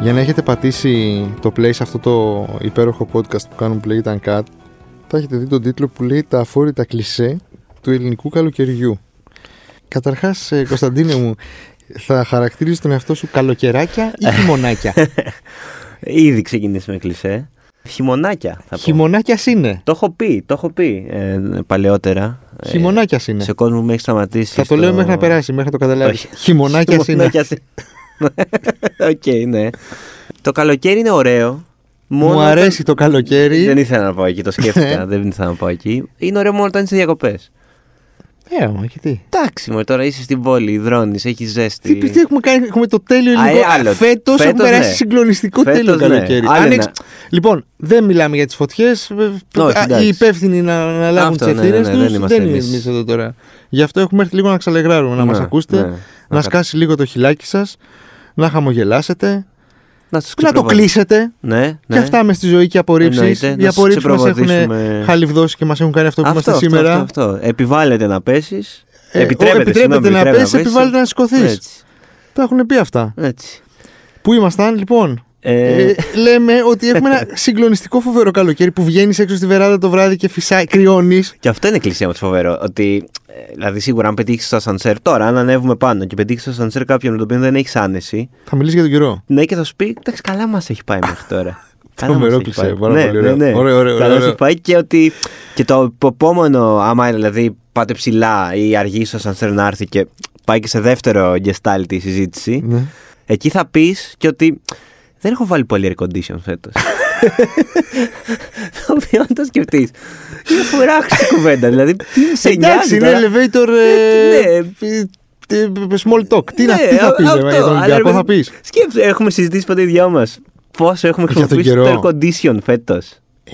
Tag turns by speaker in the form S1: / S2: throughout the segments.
S1: Για να έχετε πατήσει το play σε αυτό το υπέροχο podcast που κάνουν Play It Uncut, θα έχετε δει τον τίτλο που λέει «Τα αφόρητα κλισέ του ελληνικού καλοκαιριού». Καταρχάς, ε, Κωνσταντίνε μου, θα χαρακτηρίζεις τον εαυτό σου καλοκαιράκια
S2: Ε,
S1: ή χειμωνάκια.
S2: Ήδη ξεκινήσει με κλισέ. Χειμωνάκια θα πω.
S1: χειμωνάκιας είναι.
S2: Το έχω πει, το έχω πει ε, παλαιότερα. Ε,
S1: Χειμωνάκιας είναι.
S2: σε κόσμο που με έχει σταματήσει.
S1: Θα το
S2: στο-
S1: λέω μέχρι να περάσει, μέχρι να το καταλάβεις.
S2: Όχι.
S1: Χειμωνάκιας είναι.
S2: Χειμωνάκιας είναι. Οκ, ναι. Το καλοκαίρι είναι ωραίο. μόνο
S1: Μου
S2: όταν-
S1: αρέσει Ναι. το καλοκαίρι.
S2: Δεν ήθελα να πάω εκεί, το σκέφτηκα. δεν ήθελα να πάω εκεί. Είναι ωραίο μόνο όταν είσαι διακοπές.
S1: Ε, μα και τι.
S2: Εντάξει, μωρέ, τώρα είσαι στην πόλη, υδρώνεις, έχεις ζέστη.
S1: Τι, τι, τι έχουμε κάνει, έχουμε το τέλειο
S2: Α,
S1: ελληνικό.
S2: ε, άλλο.
S1: Φέτος έχουμε
S2: Φέτος,
S1: περάσει
S2: ναι.
S1: συγκλονιστικό
S2: Φέτος,
S1: τέλειο
S2: ναι.
S1: καλοκαίρι.
S2: Άλλο
S1: Αν
S2: ένα.
S1: εξ- Λοιπόν, δεν μιλάμε για τις φωτιές.
S2: Όχι, εντάξει.
S1: Οι υπεύθυνοι να, να λάβουν τι
S2: Αυτό, ναι,
S1: ευθύνες
S2: ναι, ναι, δεν
S1: του.
S2: είμαστε
S1: Δεν είναι
S2: εμείς.
S1: εμείς εδώ τώρα. Γι' αυτό έχουμε έρθει λίγο να ξαλεγράρουμε, να μα
S2: Ναι,
S1: ακούσετε,
S2: ναι.
S1: να σκάσει λίγο το χιλάκι σας, να χαμογελάσετε,
S2: Να, τους
S1: να το
S2: ξεπροβάλλεις.
S1: κλείσετε.
S2: Ναι,
S1: Και
S2: ναι.
S1: αυτά μες στη ζωή και απορρίψεις.
S2: Εννοείται, να
S1: Οι
S2: σας
S1: απορρίψεις μας έχουν
S2: ξεπροβοδίσουμε.
S1: χαλιβδώσει και μας έχουν κάνει αυτό που
S2: αυτό,
S1: είμαστε
S2: αυτό,
S1: σήμερα.
S2: Αυτό, αυτό. Επιβάλλεται να πέσεις.
S1: Ε,
S2: επιτρέπεται,
S1: ο- επιτρέπεται
S2: συγγνώμη,
S1: να
S2: επιτρέπεται
S1: πέσεις, επιβάλλεται να σηκωθείς.
S2: Έτσι.
S1: Τα έχουν πει αυτά.
S2: έτσι.
S1: Πού ήμασταν, λοιπόν.
S2: Ε,
S1: Ε, λέμε ότι έχουμε ένα συγκλονιστικό φοβερό καλοκαίρι που βγαίνεις έξω στη βεράντα το βράδυ και φυσάει, κρυώνεις.
S2: Και αυτό είναι κλεισέ μας φοβερό. Ότι, ε, δηλαδή, σίγουρα αν πετύχεις το ασανσέρ τώρα, αν ανέβουμε πάνω και πετύχεις το ασανσέρ κάποιον με τον οποίο δεν έχεις άνεση,
S1: Θα μιλήσεις για τον καιρό.
S2: ναι, και θα σου πει: Εντάξει, καλά μας έχει πάει μέχρι τώρα. Καλά
S1: Τρομερό
S2: μας έχει
S1: κλισέ,
S2: πάει.
S1: πάρα
S2: ναι,
S1: πολύ
S2: ναι,
S1: ωραίο.
S2: ναι.
S1: Ωραίο, ωραίο,
S2: Καλά
S1: ωραίο.
S2: μας έχει πάει και ότι και το επόμενο, άμα δηλαδή πάτε ψηλά ή αργείς στο ασανσέρ να έρθει και πάει και σε δεύτερο γκεστάλτη η συζήτηση,
S1: Ναι.
S2: Εκεί θα πεις και ότι δεν έχω βάλει πολύ air condition φέτος. το οποίο αν το σκεφτείς. Είναι φουράξι κουβέντα. Δηλαδή, τι σε νοιάζει.
S1: Ε, Εντάξει, είναι
S2: τώρα.
S1: elevator.
S2: Ε,
S1: Ε,
S2: ναι.
S1: ε, ε, small talk. Τι, να,
S2: Ναι,
S1: τι θα
S2: α-
S1: πεις
S2: αυτό,
S1: για τον
S2: αλλά,
S1: Ολυμπιακό,
S2: ρε,
S1: θα πει.
S2: Σκέψε, έχουμε συζητήσει ποτέ οι δυο μας. Πόσο έχουμε
S1: Για τον
S2: χρησιμοποιήσει
S1: καιρό.
S2: το air condition φέτο.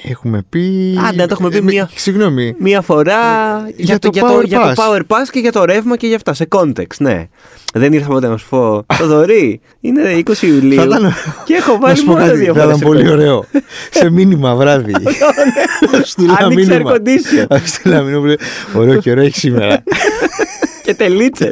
S1: Έχουμε πει.
S2: Άντε, να ναι, το έχουμε πει
S1: Ε, με-
S2: μία-
S1: Συγγνώμη.
S2: Μία φορά για,
S1: Ε, για
S2: το,
S1: το
S2: για, το,
S1: power
S2: για το
S1: pass.
S2: power pass και για το ρεύμα και για αυτά. Σε context, ναι. Δεν ήρθα ποτέ να σου πω. Το δωρή είναι 20 Ιουλίου.
S1: Θα ήταν-
S2: Και έχω
S1: Να
S2: βάλει
S1: σου πω
S2: μόνο
S1: κάτι,
S2: δύο
S1: θα
S2: φορέ.
S1: ήταν πολύ ωραίο. Σε μήνυμα βράδυ. Να σου στείλω ένα
S2: Άνοιξε air
S1: μήνυμα.
S2: condition.
S1: Να σου στείλω ένα μήνυμα που λέει, Ωραίο καιρό έχει σήμερα.
S2: και τελίτσε.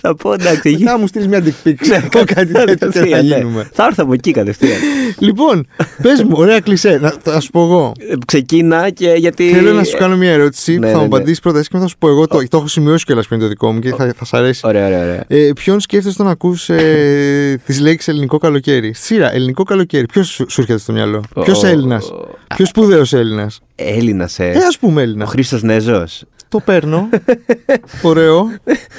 S2: θα πω εντάξει. έχει-
S1: Να μου στείλεις μια dick pic.
S2: Ναι,
S1: Ξέρω κάτι τέτοιο και θα
S2: κατευθείαν, ναι.
S1: γίνουμε.
S2: Θα έρθω από εκεί κατευθείαν.
S1: Λοιπόν, πες μου, ωραία κλεισέ. Να θα σου πω εγώ.
S2: Ε, Ξεκίνα και γιατί.
S1: Θέλω να σου κάνω μια ερώτηση
S2: Ε,
S1: που
S2: ναι,
S1: θα μου
S2: ναι, ναι.
S1: απαντήσεις πρώτα εσύ και μετά θα σου πω εγώ. Το, το έχω σημειώσει κιόλας πριν το δικό μου και θα, θα σ' αρέσει.
S2: Ωραία, ωραία, ωραία.
S1: Ε, ποιον σκέφτεσαι να ακούς ε, τις λέξεις ελληνικό καλοκαίρι. Στη Σειρά, ελληνικό καλοκαίρι. Ποιος σου σου έρχεται στο μυαλό,
S2: Ο-
S1: Ποιος
S2: ο-
S1: Έλληνας,
S2: ο-
S1: Ποιος σπουδαίος Έλληνας.
S2: Έλληνας, ε.
S1: Ε, ας πούμε
S2: Ο
S1: Έλληνα.
S2: Χρήστος Νέζος.
S1: Το παίρνω. Ωραίο.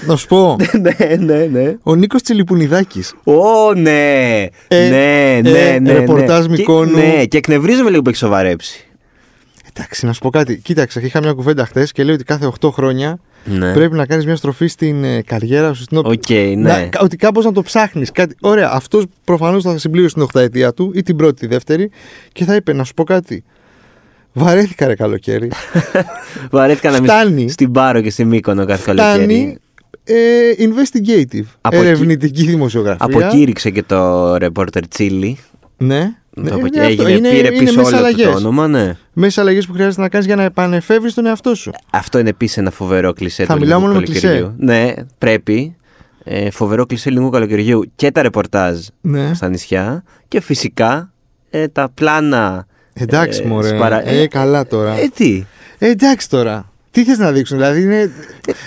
S1: Να σου πω.
S2: ναι, ναι, ναι.
S1: Ο Νίκος Τσιλιπουνιδάκης.
S2: Ω, ναι.
S1: Ε,
S2: ναι, ναι,
S1: ε,
S2: ναι.
S1: ρεπορτάζ
S2: ναι. Και-
S1: Μικόνου.
S2: Ναι, και εκνευρίζομαι λίγο που έχει σοβαρέψει.
S1: Εντάξει, να σου πω κάτι. Κοίταξε, είχα μια κουβέντα χθες και λέει ότι κάθε 8 χρόνια
S2: Ναι.
S1: πρέπει να κάνεις μια στροφή στην ε, καριέρα σου, στην,
S2: Οκ,
S1: Να-
S2: ναι.
S1: κα- ότι κάπως να το ψάχνεις. Κάτι... Ωραία, αυτός προφανώς θα συμπλήρωσε την οχταετία του ή την πρώτη, τη δεύτερη και θα είπε να σου πω κάτι. Βαρέθηκα ρε καλοκαίρι.
S2: Βαρέθηκα να
S1: Φτάνει.
S2: μην στην Πάρο και στη Μύκονο κάθε
S1: Φτάνει
S2: καλοκαίρι.
S1: ε, investigative.
S2: Από εκεί-
S1: ερευνητική δημοσιογραφία.
S2: Αποκήρυξε και το ρεπόρτερ Τσίλι.
S1: Ναι.
S2: Το
S1: Ναι,
S2: αποκ-
S1: ναι, αυτό.
S2: Έγινε, πήρε πίσω
S1: μέσα
S2: όλο του το
S1: αλλαγές.
S2: όνομα, ναι.
S1: Μέσα αλλαγές που χρειάζεται να κάνεις για να επανεφεύρει τον εαυτό σου.
S2: Αυτό είναι επίσης ένα φοβερό κλισέ
S1: Θα
S2: του
S1: μιλάω
S2: ελληνικού
S1: μόνο με κλισέ.
S2: καλοκαιριού. Ναι, πρέπει. Ε, φοβερό κλισέ ελληνικού καλοκαιριού και τα ρεπορτάζ
S1: Ναι.
S2: στα νησιά και φυσικά ε, τα πλάνα.
S1: Εντάξει,
S2: ε,
S1: μωρέ.
S2: σπαρα-
S1: Ε, καλά τώρα.
S2: Ε, τι.
S1: Ε, εντάξει τώρα. Τι θες να δείξουν, δηλαδή είναι.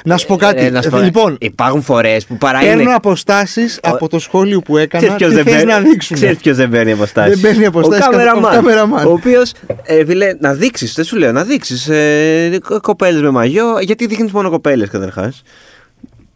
S1: Να σου πω κάτι.
S2: Ε, να σου πω,
S1: λοιπόν,
S2: υπάρχουν φορές που παρά
S1: Παίρνω
S2: είναι.
S1: αποστάσεις από το σχόλιο που έκανα.
S2: Ξέρεις ποιος
S1: Τι
S2: δεν
S1: θες
S2: παίρνει-
S1: να δείξουν.
S2: Ξέρεις ποιος δεν παίρνει αποστάσεις.
S1: Δεν παίρνει αποστάσεις
S2: Ο
S1: καθόλου. Ο
S2: κάμεραμαν.
S1: κάμεραμαν.
S2: Ο οποίος. Ε, φίλε, να δείξεις, δεν σου λέω, να δείξεις. Ε, κοπέλες με μαγιό. Γιατί δείχνεις μόνο κοπέλες καταρχάς.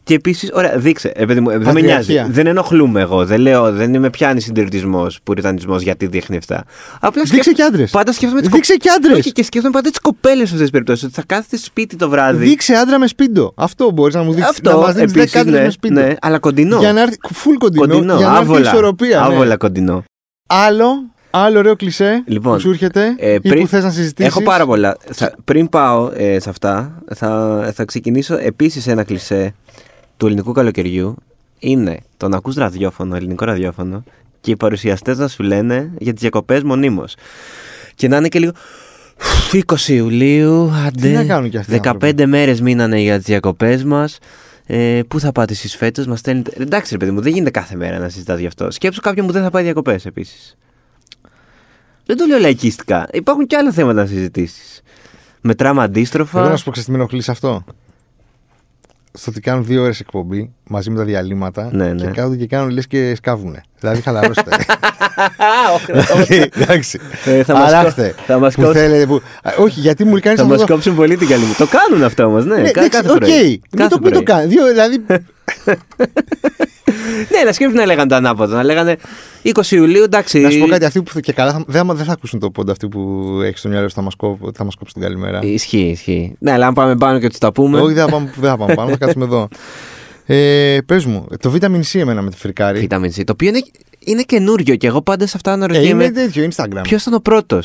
S2: Και επίσης, ωραία, δείξε. Ε, παιδί μου, ε, δεν με
S1: Πατριαρχία.
S2: νοιάζει. Δεν ενοχλούμε εγώ. Δεν λέω, δεν με πιάνει συντηρητισμός, πουριτανισμός, γιατί δείχνει αυτά. Απλά
S1: Δείξε
S2: σκέφ-
S1: και άντρες.
S2: Πάντα σκέφτομαι τις
S1: Δείξε
S2: κο-
S1: και άντρες.
S2: Όχι, και σκέφτομαι πάντα τις κοπέλες σε αυτές τις περιπτώσεις. Ότι θα κάθεται σπίτι το βράδυ.
S1: Δείξε άντρα με σπίντο. Αυτό μπορείς να μου δείξεις.
S2: Δηλαδή- Αυτό
S1: να μας δείξεις
S2: επίσης,
S1: δέκα άντρες
S2: ναι,
S1: με σπίντο.
S2: ναι, αλλά κοντινό.
S1: Για να έρθει. Φουλ κοντινό.
S2: Κοντινό,
S1: για να έρθει η
S2: άβολα.
S1: ισορροπία. ναι.
S2: άβολα κοντινό.
S1: Άλλο, άλλο ωραίο κλισέ
S2: Λοιπόν,
S1: που σου έρχεται
S2: ε,
S1: ή που θες να συζητήσεις.
S2: Έχω πάρα πολλά. Θα- πριν πάω ε, σε αυτά, θα, θα ξεκινήσω επίσης ένα κλισέ του ελληνικού καλοκαιριού. Είναι το να ακούς ραδιόφωνο, ελληνικό ραδιόφωνο, και οι παρουσιαστές να σου λένε για τις διακοπές μονίμως. Και να είναι και λίγο. «Φου, 20 Ιουλίου,
S1: να
S2: άντε.
S1: κάνουν κι αυτοί οι
S2: 15 μέρες μείνανε για τις διακοπές μας. Ε, πού θα πάτε εσείς φέτος, μας στέλνετε. Εντάξει, ρε παιδί μου, δεν γίνεται κάθε μέρα να συζητάς γι' αυτό. Σκέψου κάποιον που δεν θα πάει διακοπές επίσης. Δεν το λέω λαϊκίστικα. Υπάρχουν και άλλα θέματα να συζητήσεις. Μετράμε αντίστροφα.
S1: Θέλω να σου πω, ξέρεις τι με ενοχλεί σε αυτό. Στο ότι κάνουν δύο ώρες εκπομπή μαζί με τα διαλύματα
S2: Ναι, ναι.
S1: και κάθονται και κάνουν λες και σκάβουνε. Δηλαδή χαλαρώστε.
S2: Α,
S1: δηλαδή, εντάξει.
S2: Ε, θα μας
S1: Αράχτε.
S2: κο- θα μας
S1: Που
S2: κόψουν.
S1: θέλετε, που... Α, Όχι, γιατί μου κάνει
S2: Θα
S1: αυτό.
S2: μας
S1: το-
S2: κόψουν πολύ την καλή μου. Το κάνουν αυτό όμως, ναι.
S1: Ναι,
S2: κα-
S1: εντάξει,
S2: κάθε
S1: οκ.
S2: πρωί.
S1: Μην
S2: Κάθε
S1: το, μην το
S2: πρωί.
S1: κάνει. Δύο, δηλαδή.
S2: Ναι, να σκέφτεται να λέγανε το ανάποδο. Να λέγανε 20 Ιουλίου, εντάξει.
S1: να σου πω κάτι, αυτοί που και καλά θα- δεν, δεν θα ακούσουν το πόντα αυτοί που έχεις στο μυαλό σου θα μας κόψουν την καλημέρα.
S2: Ισχύει, ισχύει. Ναι, αλλά αν πάμε πάνω και τους τα πούμε.
S1: Όχι, δεν θα πάμε, δεν θα πάμε πάνω, θα κάτσουμε εδώ. Ε, Πες μου, το βιταμιν C εμένα με τη φρικάρι.
S2: Vitamin C, το οποίο είναι, είναι καινούριο και εγώ πάντα σε αυτά
S1: Ε,
S2: αναρωτιέμαι.
S1: είναι τέτοιο, Instagram.
S2: Ποιος ήταν ο πρώτος.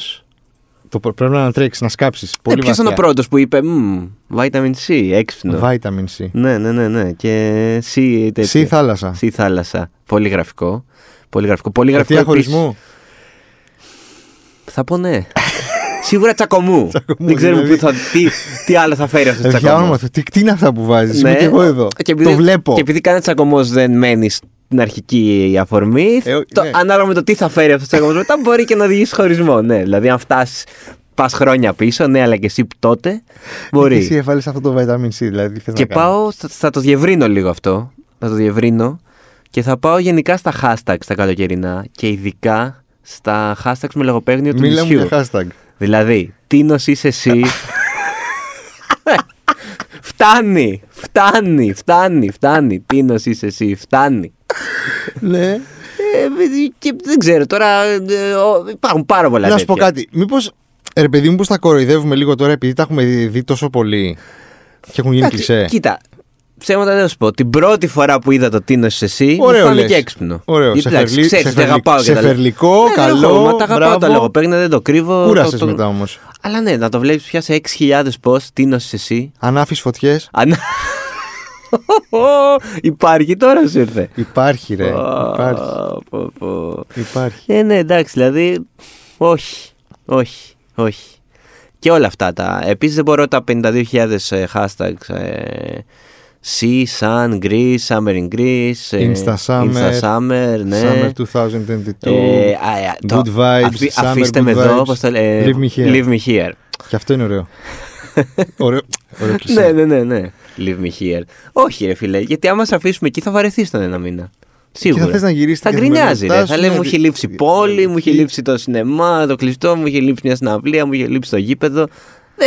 S1: Το, πρέ- πρέπει να ανατρέξει, να σκάψεις.
S2: Ναι,
S1: Πολύ
S2: ποιος ήταν ο
S1: βαθιά.
S2: πρώτος που είπε «Μμμ, Vitamin C, έξυπνο.
S1: Vitamin C.
S2: Ναι, ναι, ναι, ναι. Και C, τέτοιο.
S1: C θάλασσα.
S2: C θάλασσα. Πολύ γραφικό. Πολύ γραφικό. Πολύ γραφικό.
S1: Ευθεία
S2: επίσης.
S1: χωρισμού.
S2: Θα πω ναι. Σίγουρα τσακωμού.
S1: Τσακωμού,
S2: Δεν ξέρουμε
S1: δηλαδή.
S2: πού θα, τι, τι άλλο θα φέρει αυτό το
S1: Ευθεία
S2: τσακωμό.
S1: Ε, όνομα. του. Τι, τι είναι αυτά που βάζεις. Είμαι και εγώ εδώ.
S2: Ναι. Και επειδή,
S1: το βλέπω.
S2: Και επειδή κανένα τσακωμός δεν μένει στην αρχική αφορμή,
S1: Ε, ο-
S2: το,
S1: ναι.
S2: ανάλογα με το τι θα φέρει αυτός ο τσακωμός μετά, μπορεί και να οδηγήσει χωρισμό. Ναι, δηλαδή, αν φτάσεις, πας χρόνια πίσω, ναι, αλλά και εσύ τότε,
S1: Ε, Και Εσύ
S2: μπορεί.
S1: έβαλες αυτό το vitamin C. Δηλαδή, τι θες
S2: και
S1: να κάνω.
S2: πάω, θα, θα το διευρύνω λίγο αυτό. Θα το διευρύνω και θα πάω γενικά στα hashtags τα καλοκαιρινά και ειδικά στα hashtags με λογοπαίγνιο του
S1: Μίλα μου
S2: νησιού.
S1: για hashtag.
S2: Δηλαδή, τίνος είσαι εσύ. φτάνει, φτάνει, φτάνει, φτάνει. Τίνος είσαι εσύ, φτάνει.
S1: ναι.
S2: Ε, και δεν ξέρω τώρα. ε, ο- υπάρχουν πάρα πολλά
S1: Να σου πω
S2: τέτοια.
S1: κάτι. Μήπως. Ρε παιδί μου, πώς τα κοροϊδεύουμε λίγο τώρα επειδή τα έχουμε δει τόσο πολύ και έχουν γίνει
S2: Εντάξει,
S1: κλισέ.
S2: Κοίτα, ψέματα δεν θα σου πω. Την πρώτη φορά που είδα το τίνος είσαι εσύ,
S1: Ωραίο
S2: μου φάνηκε
S1: λες.
S2: έξυπνο.
S1: Ωραίο.
S2: Γιατί,
S1: Σε
S2: εντάξει,
S1: φερλι-
S2: ξέρεις
S1: σε
S2: ότι
S1: φερλι-
S2: αγαπάω και
S1: σε
S2: τα λέω.
S1: φερλικό,
S2: Ναι, δεν έχω
S1: καλό,
S2: χώμα, Τα αγαπάω τα
S1: μπράβο.
S2: λογοπαίγνια, δεν το κρύβω.
S1: Κούρασες
S2: το- το-
S1: μετά όμως.
S2: Αλλά ναι, να το βλέπεις πια σε 6.000 πώ, τίνο είσαι εσύ.
S1: Ανάφει φωτιές.
S2: Ανά... Υπάρχει τώρα σου ήρθε.
S1: Υπάρχει, ρε.
S2: Πω,
S1: Υπάρχει.
S2: πω, πω.
S1: Υπάρχει.
S2: Ε, ναι, εντάξει, δηλαδή. Όχι. Όχι. Όχι. Και όλα αυτά τα. Επίσης δεν μπορώ τα 52.000 ε, hashtags. Ε, sea, sun, Greece, summer in Greece. ε,
S1: Insta summer,
S2: Insta summer, ναι.
S1: Summer 2022.
S2: Ε, α, α, το-
S1: Good vibes,
S2: αφή-
S1: summer
S2: αφήστε
S1: good
S2: με εδώ,
S1: vibes.
S2: πώς το λέ- ε,
S1: Leave me here.
S2: Leave me here.
S1: Και αυτό είναι ωραίο. ωραίο. Ωραίο κλισέ.
S2: Ναι, ναι, ναι, ναι. Leave me here. Όχι, ρε φίλε, γιατί άμα σε αφήσουμε εκεί θα βαρεθεί τον ένα μήνα. Σίγουρα.
S1: θες να γυρίσεις
S2: Θα
S1: την
S2: γκρινιάζει, ρε.
S1: καθημερινότητά
S2: Θα
S1: σου,
S2: λέει
S1: ναι,
S2: μου έχει
S1: δι-
S2: λείψει η πόλη, μου έχει
S1: δι-
S2: λείψει το σινεμά, το κλειστό, μου έχει λείψει μια συναυλία, μου έχει λείψει το γήπεδο.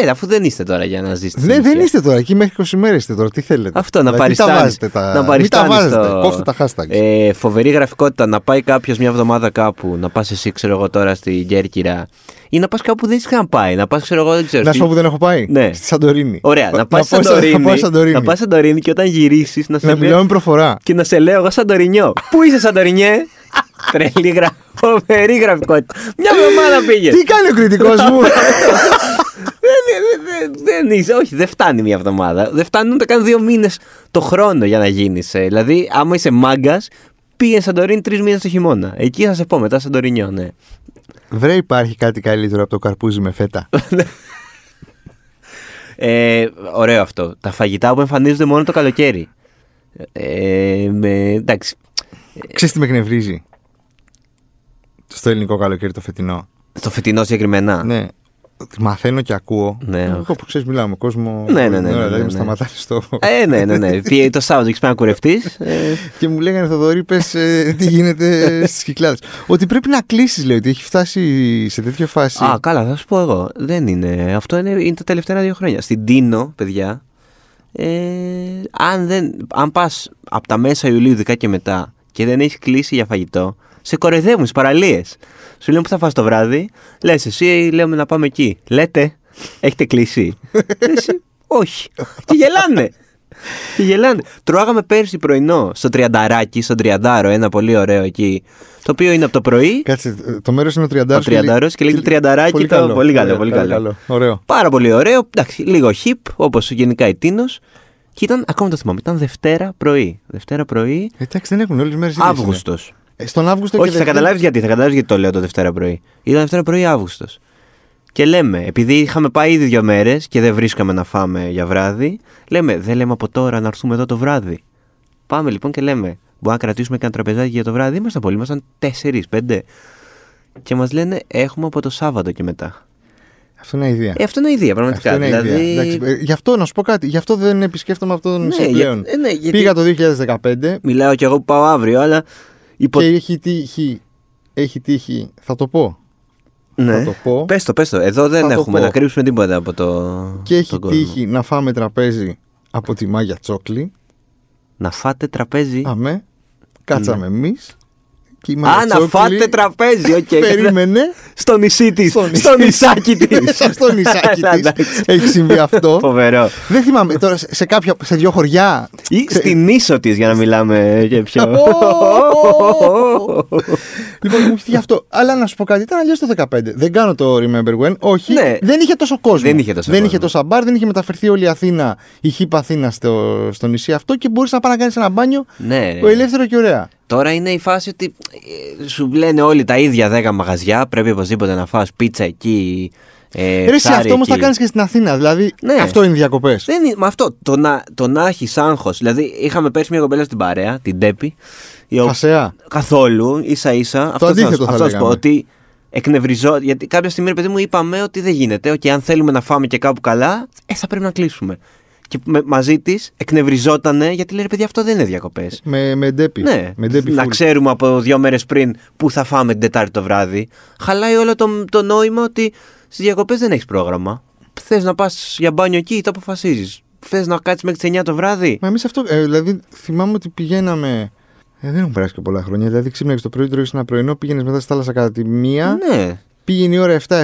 S2: Ναι, αφού δεν είστε τώρα για να ζήσετε.
S1: Ναι, δεν
S2: συνέχεια.
S1: είστε τώρα. Εκεί μέχρι 20 μέρε είστε τώρα. Τι θέλετε.
S2: Αυτό, να
S1: Δηλαδή, μην
S2: παριστάνεις.
S1: τα βάζετε τα.
S2: να
S1: μην τα
S2: παριστάνεις
S1: βάζετε.
S2: το-
S1: Κόφτε τα hashtag.
S2: Ε, φοβερή γραφικότητα να πάει κάποιος μια εβδομάδα κάπου, να πας εσύ, ξέρω εγώ, τώρα στην Κέρκυρα. Ή να πας κάπου που δεν έχει καν πάει. Να πας, ξέρω εγώ, δεν ξέρω.
S1: να σου
S2: στη-
S1: πω που δεν έχω πάει.
S2: Ε, Ναι.
S1: Στη Σαντορίνη.
S2: Ωραία, να πα
S1: πάω σα-
S2: Σαντορίνη.
S1: Να πάω Σαντορίνη.
S2: Να πας Σαντορίνη και όταν γυρίσεις να σε
S1: Να μιλάω
S2: λέω.
S1: με προφορά.
S2: Και να σε λέω εγώ Σαντορινιό. Πού είσαι Σαντορινιέ? Τρελή γρα- φοβερή γραφικότητα. Μια εβδομάδα πήγες.
S1: Τι κάνει ο κριτικός μου.
S2: δεν, δεν, δεν, δεν είσαι, όχι, δεν φτάνει μια εβδομάδα. Δεν φτάνουν ούτε καν δύο μήνες το χρόνο για να γίνεις. Δηλαδή, άμα είσαι μάγκας, πήγε Σαντορίνη τρεις μήνες το χειμώνα. Εκεί θα σε πω μετά Σαντορινιό, ναι.
S1: Βρε, υπάρχει κάτι καλύτερο από το καρπούζι με φέτα.
S2: Ε, ωραίο αυτό. Τα φαγητά που εμφανίζονται μόνο το καλοκαίρι. Ε, με, εντάξει,
S1: Ξέρεις τι με εκνευρίζει. Στο ελληνικό καλοκαίρι το φετινό.
S2: στο φετινό συγκεκριμένα.
S1: Ναι. Ότι Μαθαίνω και ακούω.
S2: Ναι.
S1: Εγώ που ξέρεις, μιλάω με κόσμο.
S2: Ναι, ναι, ναι,
S1: όλη την
S2: ναι,
S1: ώρα,
S2: ναι,
S1: Δηλαδή,
S2: ναι.
S1: με σταματάει στο.
S2: Ε, ναι, ναι, ναι. Πήγε το Σάββατο, έχεις πάει να Ε, κουρευτεί.
S1: και μου λέγανε Θοδωρή, πες τι γίνεται στις κυκλάδες. ότι πρέπει να κλείσεις, λέει, ότι έχει φτάσει σε τέτοια φάση.
S2: Α, καλά, θα σου πω εγώ. Δεν είναι. Αυτό είναι, είναι τα τελευταία δύο χρόνια. Στην Τίνο, παιδιά, ε, αν, δεν, αν πας από τα μέσα Ιουλίου, ειδικά και μετά, και δεν έχεις κλείσει για φαγητό, σε κοροϊδεύουν στι παραλίες. Σου λένε που θα φας το βράδυ, λες εσύ, λέμε να πάμε εκεί. Λέτε, έχετε κλείσει. εσύ, όχι. Και γελάνε. Και γελάνε. Τρώγαμε πέρσι πρωινό στο Τριανταράκι, στο Τριαντάρο, ένα πολύ ωραίο εκεί, το οποίο είναι από το πρωί.
S1: Κάτσε, το μέρος είναι ο Τριαντάρος
S2: Ο Τριαντάρος και λέγεται Τριανταράκι, το- πολύ καλό, πολύ καλό.
S1: Ωραίο.
S2: Πάρα πολύ ωραίο. Εντάξει, λίγο hip, όπως γενικά η Τίνος. Και ήταν, ακόμα το θυμάμαι, ήταν Δευτέρα πρωί. Δευτέρα πρωί,
S1: Ε, Εντάξει, δεν έχουν όλες τις μέρες.
S2: Αύγουστος.
S1: ναι. Ε, Στον Αύγουστο
S2: Όχι,
S1: και
S2: θα
S1: δεν-
S2: καταλάβεις γιατί, θα καταλάβεις γιατί το λέω το Δευτέρα πρωί. Ήταν Δευτέρα πρωί Αύγουστος. Και λέμε, επειδή είχαμε πάει ήδη δύο μέρες και δεν βρίσκαμε να φάμε για βράδυ, λέμε, δεν λέμε από τώρα να έρθουμε εδώ το βράδυ. Πάμε λοιπόν και λέμε, μπορούμε να κρατήσουμε κανένα τραπεζάκι για το βράδυ. Ήμασταν πολλοί, ήμασταν 4-5. Και μας λένε, έχουμε από το Σάββατο και μετά.
S1: Αυτό είναι ιδέα.
S2: Ε, αυτό είναι ιδέα,
S1: Ναι. Αυτό
S2: πραγματικά.
S1: είναι η
S2: δηλαδή...
S1: ιδέα. Εντάξει, ε, γι' αυτό να σου πω κάτι. Γι' αυτό δεν επισκέφτομαι αυτόν τον
S2: Ναι,
S1: ναι, πλέον.
S2: για- ε, ναι, γιατί-
S1: Πήγα το 2015
S2: Μιλάω κι εγώ που πάω αύριο, αλλά. Υπο...
S1: και έχει τύχει. Έχει τύχει. Θα το πω.
S2: ναι.
S1: θα το πω.
S2: Πες το, πες το. Εδώ δεν
S1: Θα το
S2: έχουμε
S1: πω.
S2: να κρύψουμε τίποτα από το.
S1: Και έχει
S2: τον κόσμο.
S1: τύχει να φάμε τραπέζι από τη Μάγια Τσόκλη.
S2: Να φάτε τραπέζι.
S1: Αμέ. Κάτσαμε εμείς. Και η
S2: Ναι. Α,
S1: Μάγια
S2: να
S1: Τσόκλη
S2: φάτε τραπέζι, οκ.
S1: Περίμενε.
S2: Στο νησί της.
S1: Στο νησί.
S2: Στο νησάκι της.
S1: Μέσα στο νησάκι της.
S2: Εντάξει.
S1: Έχει συμβεί αυτό.
S2: Φοβερό.
S1: Δεν θυμάμαι τώρα σε, σε κάποια, σε δύο χωριά.
S2: Ή στην ίσο της, για να μιλάμε και πιο.
S1: λοιπόν, μου έχει τύχει αυτό. Αλλά να σου πω κάτι, ήταν αλλιώς το 15. Δεν κάνω το Remember When. Όχι,
S2: Ναι.
S1: δεν είχε τόσο κόσμο.
S2: Δεν είχε τόσο
S1: δεν
S2: κόσμο.
S1: είχε τόσα μπαρ, δεν είχε μεταφερθεί όλη η Αθήνα, η χύπα Αθήνα στο, στο νησί αυτό και μπορείς να πας να κάνεις ένα μπάνιο
S2: Ναι,
S1: ο
S2: ρε.
S1: ελεύθερο και ωραία.
S2: Τώρα είναι η φάση ότι ε, σου λένε όλοι τα ίδια 10 μαγαζιά. Πρέπει οπωσδήποτε να φας πίτσα εκεί. Ε,
S1: Ρε, εσύ,
S2: ψάρι
S1: αυτό όμως
S2: εκεί.
S1: θα κάνεις και στην Αθήνα. Δηλαδή,
S2: Ναι.
S1: αυτό είναι διακοπές.
S2: Δεν είναι, με αυτό, το να, το να έχεις άγχος. Δηλαδή, είχαμε πέρσι μια κοπέλα στην παρέα, την Τέπη. η οποία-
S1: Φασέα.
S2: Καθόλου, ίσα ίσα. Αυτό
S1: αντίθετο
S2: να σου-
S1: θα
S2: αυτό σου πω.
S1: λέγαμε.
S2: Ότι εκνευριζό. Γιατί κάποια στιγμή, ρε παιδί μου, είπαμε ότι δεν γίνεται. Ότι αν θέλουμε να φάμε και κάπου καλά, ε, θα πρέπει να κλείσουμε. Και με- μαζί της εκνευριζότανε γιατί λέει ρε παιδί, αυτό δεν είναι διακοπές.
S1: Με, με ντέπι.
S2: Ναι,
S1: Με ντέπι
S2: να
S1: full.
S2: ξέρουμε από δύο μέρες πριν που θα φάμε την Τετάρτη το βράδυ. Χαλάει όλο το, το νόημα ότι στις διακοπές δεν έχεις πρόγραμμα. Θες να πας για μπάνιο εκεί, το αποφασίζεις. Θες να κάτσεις μέχρι τις 9 το βράδυ.
S1: Μα εμείς αυτό. Ε, δηλαδή, θυμάμαι ότι πηγαίναμε. Ε, δεν έχουν περάσει και πολλά χρόνια. Δηλαδή, ξύπναγε το πρωί, τρώγες ένα πρωινό, πήγαινες μετά στη θάλασσα κατά τη μία.
S2: Ναι.
S1: Πήγαινε η ώρα 7-7.30,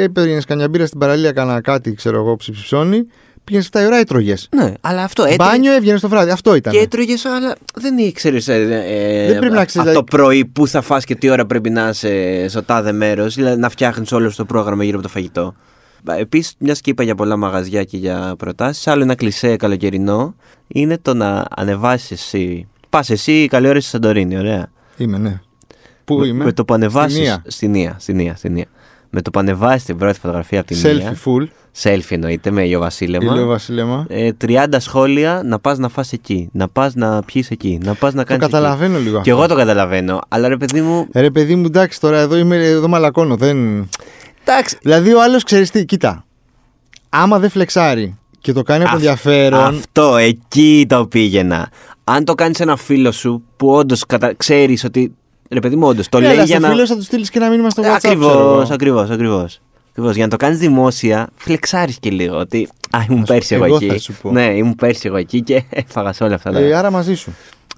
S1: έπαιρνε κανένα ε, μπύρα στην παραλία, κάνα κάτι, ξέρω εγώ, ψιψιψώνει. Πήγαινε 7 η ώρα, έτρωγες.
S2: Ναι, αλλά αυτό έτρε-
S1: Μπάνιο έβγαινε το βράδυ. Αυτό ήταν.
S2: Και έτρωγε, αλλά δεν ήξερες ε,
S1: Δεν πρέπει να ξέρεις,
S2: από
S1: δηλαδή-
S2: το πρωί που θα φας και τι ώρα πρέπει να είσαι στο τάδε μέρος, δηλαδή να φτιάχνεις όλο το πρόγραμμα γύρω από το φαγητό. Επίσης, μιας και είπα για πολλά μαγαζιά και για προτάσεις, άλλο ένα κλισέ καλοκαιρινό είναι το να ανεβάσεις εσύ. Πας εσύ καλή ώρα στη Σαντορίνη, ωραία.
S1: Είμαι, ναι. Πού
S2: με,
S1: είμαι.
S2: με το που ανεβάσεις.
S1: Στην Ία.
S2: Στην Ία, στην Ία, στην Ία. Με το που ανεβάσεις την πρώτη φωτογραφία από την
S1: Selfie
S2: Ία.
S1: full.
S2: Selfie εννοείται με ηλιοβασίλεμα.
S1: Ηλιο Βασίλεμα.
S2: Ε, 30 σχόλια να πας να φας εκεί, να πας να πιεις εκεί, να πας να
S1: Το
S2: κάνεις.
S1: καταλαβαίνω λίγο αυτό.
S2: Και εγώ το καταλαβαίνω, αλλά ρε παιδί μου.
S1: Ε, Ρε παιδί μου, εντάξει τώρα, εδώ είμαι, εδώ μαλακώνω. Δεν...
S2: Εντάξει.
S1: Δηλαδή, ο άλλος ξέρεις τι, κοίτα. Άμα δεν φλεξάρει και το κάνει από ενδιαφέρον.
S2: Αυτό, εκεί το πήγαινα. Αν το κάνεις ένα φίλο σου που όντως κατα... ξέρεις ότι. Ρε παιδί μου, όντως το
S1: Ναι,
S2: λέει
S1: αλλά
S2: για
S1: στο
S2: να.
S1: φίλο θα του στείλεις και ένα μήνυμα στο WhatsApp. ξέρω
S2: Ακριβώ,
S1: εγώ.
S2: ακριβώς, ακριβώς. Ακριβώς. Για να το κάνεις δημόσια, φλεξάρεις και λίγο. Ότι. Α, ήμουν
S1: Να σου-
S2: πέρσι εγώ,
S1: εγώ
S2: εκεί.
S1: θα σου πω.
S2: Ναι, ήμουν πέρσι εγώ εκεί και έφαγα σε όλα αυτά. τα-
S1: Ε, άρα μαζί σου.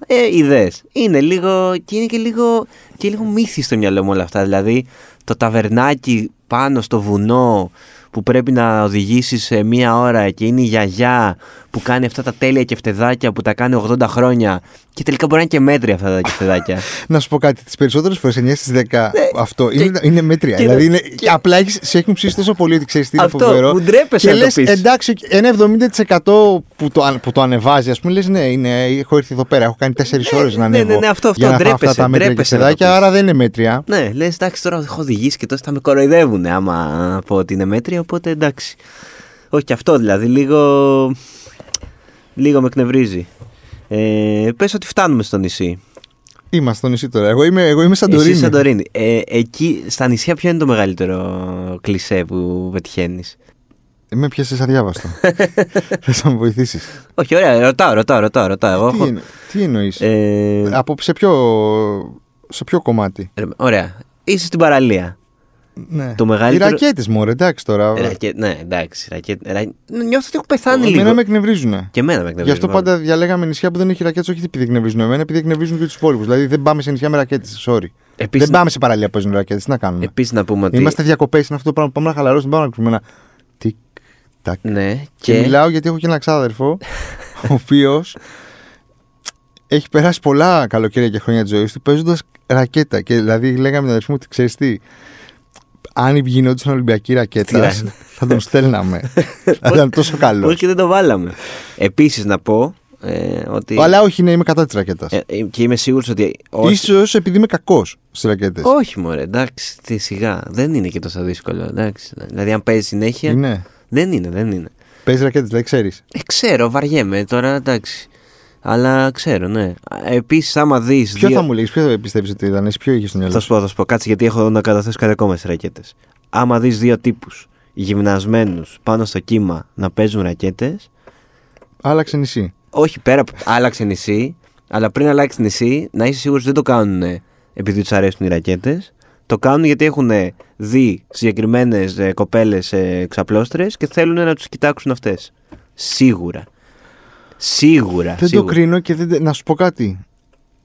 S2: ε, ιδέες. Είναι λίγο. και είναι και λίγο, και λίγο μύθι στο μυαλό μου όλα αυτά. Δηλαδή, το ταβερνάκι πάνω στο βουνό που πρέπει να οδηγήσει σε μία ώρα και είναι η γιαγιά που κάνει αυτά τα τέλεια κεφτεδάκια που τα κάνει 80 χρόνια. Και τελικά μπορεί να είναι και μέτρια αυτά τα κεφτεδάκια.
S1: Να σου πω κάτι. Τις περισσότερες φορές 9 στι 10 αυτό είναι, είναι μέτρια.
S2: Ναι, και-
S1: δηλαδή είναι, απλά έχεις, σε έχουν ψήσει τόσο πολύ ότι ξέρεις τι είναι
S2: Αυτό,
S1: φοβερό.
S2: που ντρέπεσαι
S1: και
S2: να το
S1: λες,
S2: πεις.
S1: Εντάξει, ένα 70% που το, αν- που το ανεβάζει, ας πούμε, λες ναι, είναι, έχω έρθει εδώ πέρα. Έχω κάνει 4 ώρες να
S2: ναι, ναι,
S1: ανέβω.
S2: ναι, αυτό, αυτό,
S1: για να φάω αυτά
S2: ντρέπεσαι,
S1: τα μέτρια και
S2: ντρέπεσαι να το
S1: παιδάκια,
S2: πεις.
S1: άρα δεν είναι μέτρια.
S2: ναι, λες εντάξει τώρα έχω οδηγήσει και τόσο θα με κοροϊδεύουν άμα πω ότι είναι μέτρια, οπότε εντάξει. Όχι και αυτό δηλαδή, λίγο. λίγο με εκνευρίζει. Ε, πες ότι φτάνουμε στο νησί.
S1: Είμαστε στο νησί τώρα. Εγώ είμαι, εγώ είμαι Σαντορίνη.
S2: Εσύ Σαντορίνη. Ε, εκεί, στα νησιά, ποιο είναι το μεγαλύτερο κλισέ που πετυχαίνεις.
S1: Με πιάσε αδιάβαστο. Θες να με βοηθήσεις.
S2: Όχι, ωραία, ρωτάω, ρωτάω, ρωτάω. ρωτάω. Εγώ
S1: τι
S2: έχω-
S1: εννο- τι εννοείς.
S2: ε,
S1: Από σε ποιο, σε ποιο κομμάτι.
S2: ρε, Ωραία. Είσαι στην παραλία.
S1: Ναι.
S2: Το μεγαλύτερο-
S1: Οι ρακέτες μου, εντάξει τώρα.
S2: Ρακέ... Ναι, εντάξει. Ρακέ... Ρα... Νιώθω ότι έχω πεθάνει
S1: Εμένα
S2: λίγο.
S1: με εκνευρίζουν.
S2: Και εμένα με εκνευρίζει.
S1: Γι' αυτό
S2: πάρα
S1: πάντα διαλέγαμε νησιά που δεν έχει ρακέτες, όχι επειδή εκνευρίζουν εμένα, επειδή εκνευρίζουν και τους υπόλοιπους. Δηλαδή δεν πάμε σε νησιά με ρακέτες, sorry.
S2: Επίσης-
S1: Δεν πάμε σε παραλία που παίζουν ρακέτες, τι να κάνουμε.
S2: πολύ. Επίσης να πούμε ότι.
S1: Είμαστε διακοπές, είναι αυτό το πράγμα. Πάμε να χαλαρώσουμε, πάμε να ακούσουμε ένα. Τικ, τακ.
S2: Ναι, και.
S1: Και μιλάω γιατί έχω και ένα ξάδερφο, ο οποίος έχει περάσει πολλά καλοκαίρια και χρόνια της ζωής του παίζοντας ρακέτα. Και δηλαδή λέγαμε τον αδερφή μου ότι ξέρεις τι, αν γινόντουσαν Ολυμπιακή ρακέτα,
S2: Τι
S1: θα τον στέλναμε. θα ήταν τόσο
S2: Πώς
S1: καλό.
S2: και δεν το βάλαμε. Επίσης να πω ε, ότι.
S1: Αλλά όχι, ναι, είμαι κατά της ρακέτας.
S2: Ε, ε, και είμαι σίγουρος ότι. Όχι,
S1: Ίσως επειδή είμαι κακός στις ρακέτες.
S2: όχι μωρέ, εντάξει, τι σιγά. Δεν είναι και τόσο δύσκολο. Εντάξει. Δηλαδή, αν παίζεις συνέχεια.
S1: Ναι.
S2: Δεν είναι, δεν είναι.
S1: Παίζεις ρακέτες, δηλαδή ξέρεις.
S2: Ε, ξέρω, βαριέμαι τώρα, εντάξει. Αλλά ξέρω, ναι. Επίσης, άμα δεις.
S1: Ποιο θα μου λύσει, ποιο θα πιστεύεις ότι ήταν, εσύ ποιο είχες στο μυαλό
S2: Θα
S1: σου.
S2: σου πω, θα σου πω. Κάτσε γιατί έχω να καταθέσω κάτι ακόμα στις ρακέτες. Άμα δεις δύο τύπους γυμνασμένους πάνω στο κύμα να παίζουν ρακέτες.
S1: Άλλαξε νησί.
S2: Όχι πέρα από. Άλλαξε νησί. Αλλά πριν αλλάξει νησί, να είσαι σίγουρος ότι δεν το κάνουν επειδή τους αρέσουν οι ρακέτες. Το κάνουν γιατί έχουν δει ε, συγκεκριμένε κοπέλε ξαπλώστρες και θέλουν να τους κοιτάξουν αυτές. Σίγουρα. Σίγουρα.
S1: Δεν το
S2: σίγουρα.
S1: κρίνω και δεν... τε- να σου πω κάτι.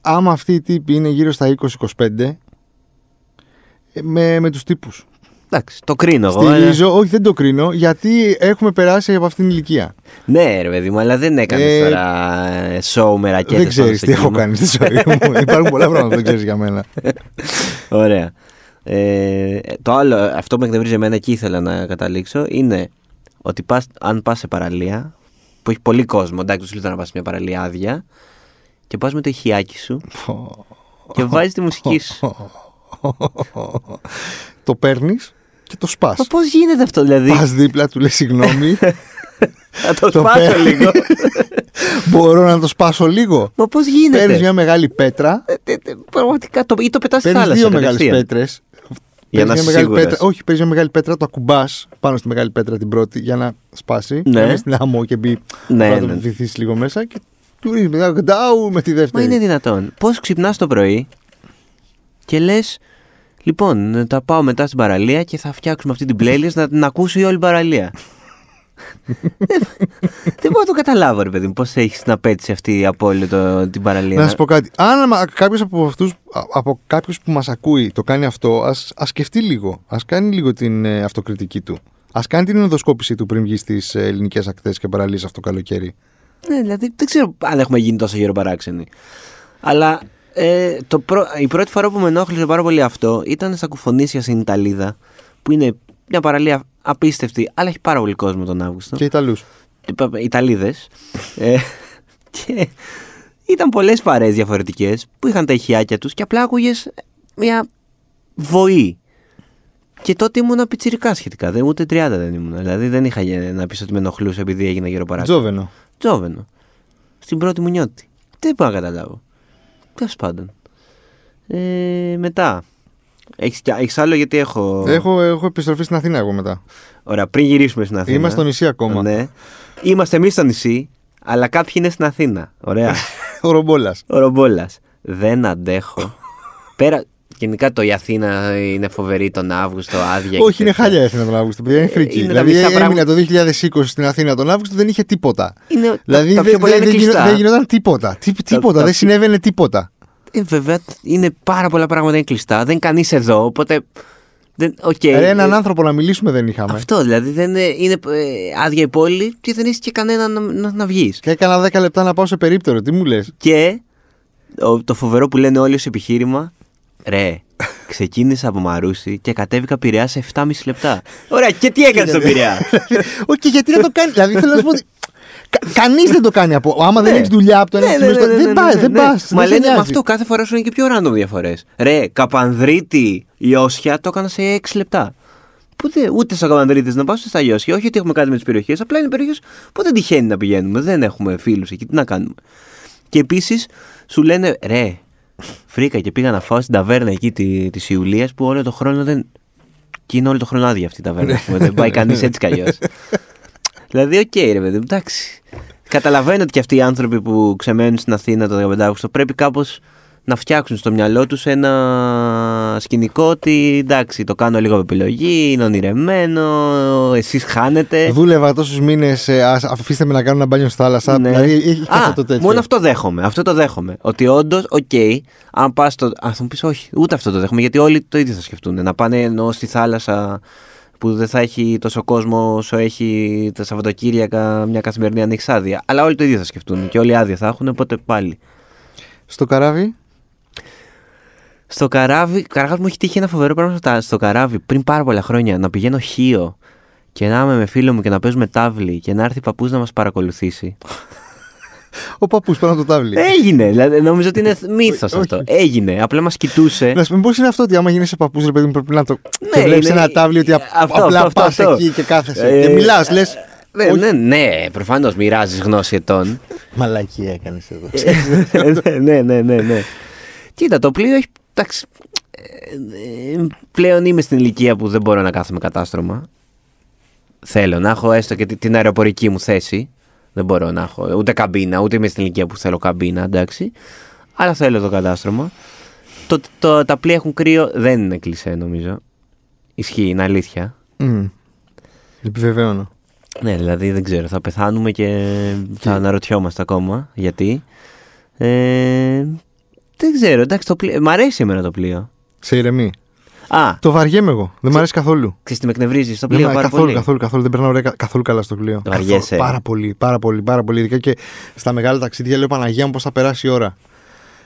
S1: Άμα αυτοί οι τύποι είναι γύρω στα 20-25, ε, με, με τους τύπους.
S2: Εντάξει, το κρίνω εγώ. αλλά-
S1: Στηρίζω, όχι δεν το κρίνω, γιατί έχουμε περάσει από αυτήν την ηλικία.
S2: Ναι, ρε παιδί μου, αλλά δεν έκανες
S1: Ε,
S2: τώρα ε, show με ρακέτες.
S1: δεν ξέρεις τι έχω κάνει στη ζωή μου. Υπάρχουν πολλά πράγματα που δεν ξέρεις για μένα.
S2: Ωραία. Ε, το άλλο, αυτό που με εκνευρίζει εμένα και ήθελα να καταλήξω είναι ότι πας, αν πας σε παραλία που έχει πολύ κόσμο, εντάξει, σου λέω να πας σε μια παραλία άδεια και πας με το ηχιάκι σου και βάζεις τη μουσική σου.
S1: το παίρνεις και το σπάς.
S2: Μα πώς γίνεται αυτό, δηλαδή.
S1: Πας δίπλα, του λες συγγνώμη.
S2: Θα το
S1: το
S2: σπάσω
S1: παίρνεις.
S2: λίγο.
S1: Μπορώ να το σπάσω λίγο.
S2: Μα πώς
S1: Παίρνει
S2: γίνεται.
S1: μια μεγάλη πέτρα.
S2: Ε, ε, ε, Πραγματικά το, ή το πετάς στη
S1: Παίρνεις
S2: θάλασσα.
S1: δύο μεγάλες
S2: κατευθείαν.
S1: πέτρες.
S2: Για να είσαι σίγουρος.
S1: πέτρα, όχι, παίρνει μια μεγάλη πέτρα, το ακουμπάς πάνω στη μεγάλη πέτρα την πρώτη για να σπάσει.
S2: Ναι.
S1: Να μην στην άμμο και μπει.
S2: Ναι,
S1: να το
S2: ναι.
S1: βυθίσεις λίγο μέσα και του ρίχνεις μετά γκντάου με τη
S2: Μα
S1: δεύτερη.
S2: είναι δυνατόν. Πώς ξυπνάς το πρωί και λες. Λοιπόν, τα πάω μετά στην παραλία και θα φτιάξουμε αυτή την playlist να την ακούσει όλη η παραλία. δεν, δεν μπορώ να το καταλάβω, ρε παιδί μου, πώς έχεις την απέτηση αυτή από όλη το- την παραλία.
S1: Να σα πω κάτι. Αν κάποιος από αυτούς από κάποιους που μας ακούει το κάνει αυτό, ας σκεφτεί λίγο. Ας κάνει λίγο την ε, αυτοκριτική του. Ας κάνει την ενδοσκόπηση του πριν βγει στις ελληνικές ακτές και παραλίες αυτό το καλοκαίρι.
S2: Ναι, δηλαδή δεν ξέρω αν έχουμε γίνει τόσο γύρω παράξενοι. Αλλά ε, το πρω- η πρώτη φορά που με ενόχλησε πάρα πολύ αυτό ήταν στα κουφονίσια στην Ιταλίδα, που είναι μια παραλία απίστευτη, αλλά έχει πάρα πολύ κόσμο τον Αύγουστο.
S1: Και Ιταλούς.
S2: Ιταλίδες. Ε, και ήταν πολλές παρέες διαφορετικές που είχαν τα ηχιάκια τους και απλά άκουγες μια βοή. Και τότε ήμουν πιτσιρικά σχετικά, δεν, ούτε 30 δεν ήμουν. Δηλαδή δεν είχα για- να πεις ότι με ενοχλούσε επειδή έγινα γύρω παράξενο.
S1: Τζόβενο.
S2: Τζόβενο. Στην πρώτη μου νιώτη. Δεν μπορώ να καταλάβω. Τέλος πάντων. Ε, μετά. Έχεις, κι- έχεις άλλο γιατί έχω...
S1: Έχω, έχω επιστροφή στην Αθήνα εγώ μετά.
S2: Ωραία, πριν γυρίσουμε στην Αθήνα.
S1: Είμαστε στο νησί ακόμα.
S2: Ναι. Είμαστε εμείς στο νησί, αλλά κάποιοι είναι στην Αθήνα. Ωραία.
S1: Ο Ρομπόλας.
S2: Ο Ρομπόλας. Δεν αντέχω. Πέρα. Γενικά το η Αθήνα είναι φοβερή τον Αύγουστο, άδεια. και
S1: Όχι, είναι
S2: τέτοια.
S1: χάλια η Αθήνα τον Αύγουστο. παιδιά, είναι
S2: Ε,
S1: φρίκι.
S2: είναι τα
S1: δηλαδή
S2: μισά
S1: έμεινα
S2: πράγματα.
S1: το 2020 στην Αθήνα τον Αύγουστο δεν είχε τίποτα.
S2: Είναι, τα-
S1: Δηλαδή
S2: τα,
S1: δεν
S2: πιο πολλά
S1: δεν-
S2: είναι
S1: δεν γινο-
S2: κλειστά.
S1: δεν γινόταν τίποτα. Τι- Τίποτα.
S2: τα
S1: Δεν
S2: πιο-
S1: συνέβαινε τίποτα.
S2: Ε, βέβαια είναι πάρα πολλά πράγματα είναι κλειστά. Δεν κανείς εδώ, οπότε. Δεν, οκ.
S1: Ρε,
S2: Ε,
S1: Έναν άνθρωπο να μιλήσουμε δεν είχαμε.
S2: Αυτό δηλαδή δεν ε, είναι ε, άδεια η πόλη και δεν έχει και κανένα να, να, να βγεις.
S1: Και έκανα 10 λεπτά να πάω σε περίπτερο. Τι μου λες.
S2: Και ο- το φοβερό που λένε όλοι ως επιχείρημα, ρε, ξεκίνησα από Μαρούσι και κατέβηκα Πειραιά σε 7,5 λεπτά. Ωραία, και τι έκανες στον Πειραιά.
S1: Όχι, γιατί να το κάνεις. δηλαδή θέλω να σου πω ότι. Κανείς δεν το κάνει από. Άμα δεν
S2: Ναι.
S1: έχεις δουλειά από το ένα
S2: Ναι,
S1: σημείο
S2: ναι,
S1: στο
S2: ναι,
S1: άλλο. Δεν
S2: ναι,
S1: πάει,
S2: ναι,
S1: δεν
S2: ναι.
S1: πας.
S2: Μα λένε με αυτό κάθε φορά σου είναι και πιο random διαφορές. Ρε, Καπανδρίτη, Ιώσια, το έκανα σε 6 λεπτά. Που δεν- ούτε στα Καπανδρίτης να πάω, ούτε στα Ιώσια. Όχι ότι έχουμε κάτι με τις περιοχές, απλά είναι περιοχές που δεν τυχαίνει να πηγαίνουμε. Δεν έχουμε φίλους εκεί, τι να κάνουμε. Και επίσης σου λένε, ρε, βρήκα και πήγα να φάω στην ταβέρνα εκεί τη της Ιουλίας που όλο το χρόνο δεν. Και είναι όλο το χρόνο άδεια αυτή η ταβέρνα. ας πούμε. δεν πάει κανείς έτσι κι αλλιώς. Δηλαδή, οκ, ρε παιδί μου, εντάξει. Καταλαβαίνω ότι και αυτοί οι άνθρωποι που ξεμένουν στην Αθήνα το 15 Αύγουστο πρέπει κάπως να φτιάξουν στο μυαλό τους ένα σκηνικό ότι εντάξει, το κάνω λίγο με επιλογή, είναι ονειρεμένο, εσείς χάνετε.
S1: Δούλευα τόσους μήνες. Αφήστε με να κάνω ένα μπάνιο στη θάλασσα.
S2: Ναι.
S1: Δηλαδή έχει και
S2: Α,
S1: αυτό το τέτοιο.
S2: Μόνο αυτό δέχομαι. Αυτό το δέχομαι. Ότι όντως, οκ, αν πας στο. Α, θα μου πεις όχι, ούτε αυτό το δέχομαι. Γιατί όλοι το ίδιο θα σκεφτούν. Να πάνε ενώ στη θάλασσα που δεν θα έχει τόσο κόσμο όσο έχει τα Σαββατοκύριακα μια καθημερινή αν έχεις άδεια. Αλλά όλοι το ίδιο θα σκεφτούν. Και όλοι άδεια θα έχουν, οπότε πάλι.
S1: Στο καράβι.
S2: Στο καράβι, καταρχά μου έχει τύχει ένα φοβερό πράγμα στα- στο καράβι πριν πάρα πολλά χρόνια. Να πηγαίνω χείο και να είμαι με φίλο μου και να παίζουμε τάβλη και να έρθει παππούς να μας παρακολουθήσει.
S1: Ο παππούς πάνω από το τάβλι.
S2: Έγινε. Δηλαδή, νομίζω ότι είναι μύθος
S1: όχι.
S2: αυτό. Έγινε. Απλά μας κοιτούσε.
S1: Να σου πω, πώς είναι αυτό ότι άμα γίνεσαι παππούς, ρε παιδί μου, πρέπει να το. και βλέπει
S2: Ναι, είναι- ε,
S1: ένα τάβλι ότι απ-
S2: αυτό,
S1: απλά
S2: αυτό,
S1: πας
S2: αυτό.
S1: εκεί και κάθεσαι.
S2: Ε,
S1: και μιλάς, λες.
S2: Ναι, ναι, ναι προφανώς μοιράζεις γνώση ετών.
S1: Μαλακή έκανες εδώ.
S2: ναι, ναι, ναι, ναι. Κοίτα, το πλοίο έχει. Εντάξει, ε, πλέον είμαι στην ηλικία που δεν μπορώ να κάθομαι κατάστρωμα. Θέλω να έχω έστω και τη- την αεροπορική μου θέση. Δεν μπορώ να έχω ούτε καμπίνα, ούτε είμαι στην ηλικία που θέλω καμπίνα, εντάξει. Αλλά θέλω το κατάστρωμα. Το, το, τα πλοία έχουν κρύο δεν είναι κλεισέ, νομίζω. Ισχύει, είναι αλήθεια.
S1: Μμμ. Επιβεβαίωνω.
S2: Ναι, δηλαδή δεν ξέρω. Θα πεθάνουμε και
S1: Τι?
S2: θα αναρωτιόμαστε ακόμα γιατί. Ε, δεν ξέρω. Εντάξει, το πλοίο... Μ' αρέσει εμένα το πλοίο.
S1: Σε ηρεμή.
S2: Α,
S1: Το βαριέμαι εγώ. Δεν μ' αρέσει καθόλου.
S2: ξέρεις τι με εκνευρίζει στο
S1: Δεν
S2: πλοίο
S1: μ'
S2: πάρα
S1: Ναι, καθόλου,
S2: πολύ.
S1: καθόλου, καθόλου. Δεν περνάω ωραία, κα- καθόλου καλά στο πλοίο.
S2: Το
S1: Καθόλου.
S2: βαριέσαι.
S1: Πάρα πολύ, πάρα πολύ, πάρα πολύ. Ειδικά και στα μεγάλα ταξίδια λέω Παναγία μου πώς θα περάσει η ώρα.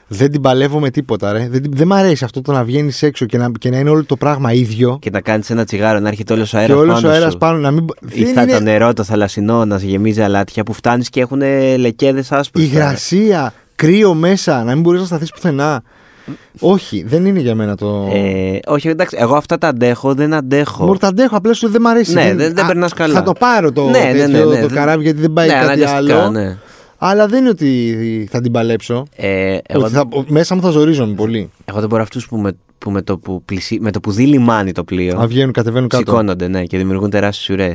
S1: Δεν την παλεύω με τίποτα, ρε. Δεν, την- δεν μ' αρέσει αυτό το να βγαίνεις έξω και να, και να είναι όλο το πράγμα ίδιο.
S2: Και να κάνεις ένα τσιγάρο, να έρχεται όλος ο
S1: και
S2: αέρα
S1: όλος
S2: πάνω.
S1: ο αέρας
S2: σου.
S1: πάνω να μην.
S2: Ή
S1: δεν
S2: θα
S1: είναι
S2: το νερό το θαλασσινό να σε γεμίζει αλάτια που φτάνεις και έχουν λεκέδες άσπρες.
S1: υγρασία, κρύο μέσα, να μην μπορείς να σταθείς πουθενά. Όχι, δεν είναι για μένα το.
S2: Ε, όχι, εντάξει, εγώ αυτά τα αντέχω, δεν αντέχω.
S1: Μωρ, τα αντέχω, απλά σου δεν μ' αρέσει.
S2: Ναι, δεν, δεν
S1: α,
S2: περνάς καλά.
S1: Θα το πάρω το,
S2: Ναι, ναι,
S1: τέτοιο,
S2: ναι, ναι,
S1: το
S2: δεν-
S1: καράβι γιατί δεν πάει
S2: ναι,
S1: κάτι
S2: αναγκαστικά,
S1: άλλο.
S2: Ναι.
S1: Αλλά δεν είναι ότι θα την παλέψω.
S2: Ε,
S1: Εγώ...
S2: εγώ
S1: Ότι θα, μέσα μου θα ζορίζομαι πολύ.
S2: Εγώ δεν μπορώ αυτούς που, με, που με, το που πλησί, με το που δει λιμάνι το πλοίο.
S1: Α, βγαίνουν, κατεβαίνουν κάτω.
S2: Σηκώνονται, ναι, και δημιουργούν τεράστιες ουρές.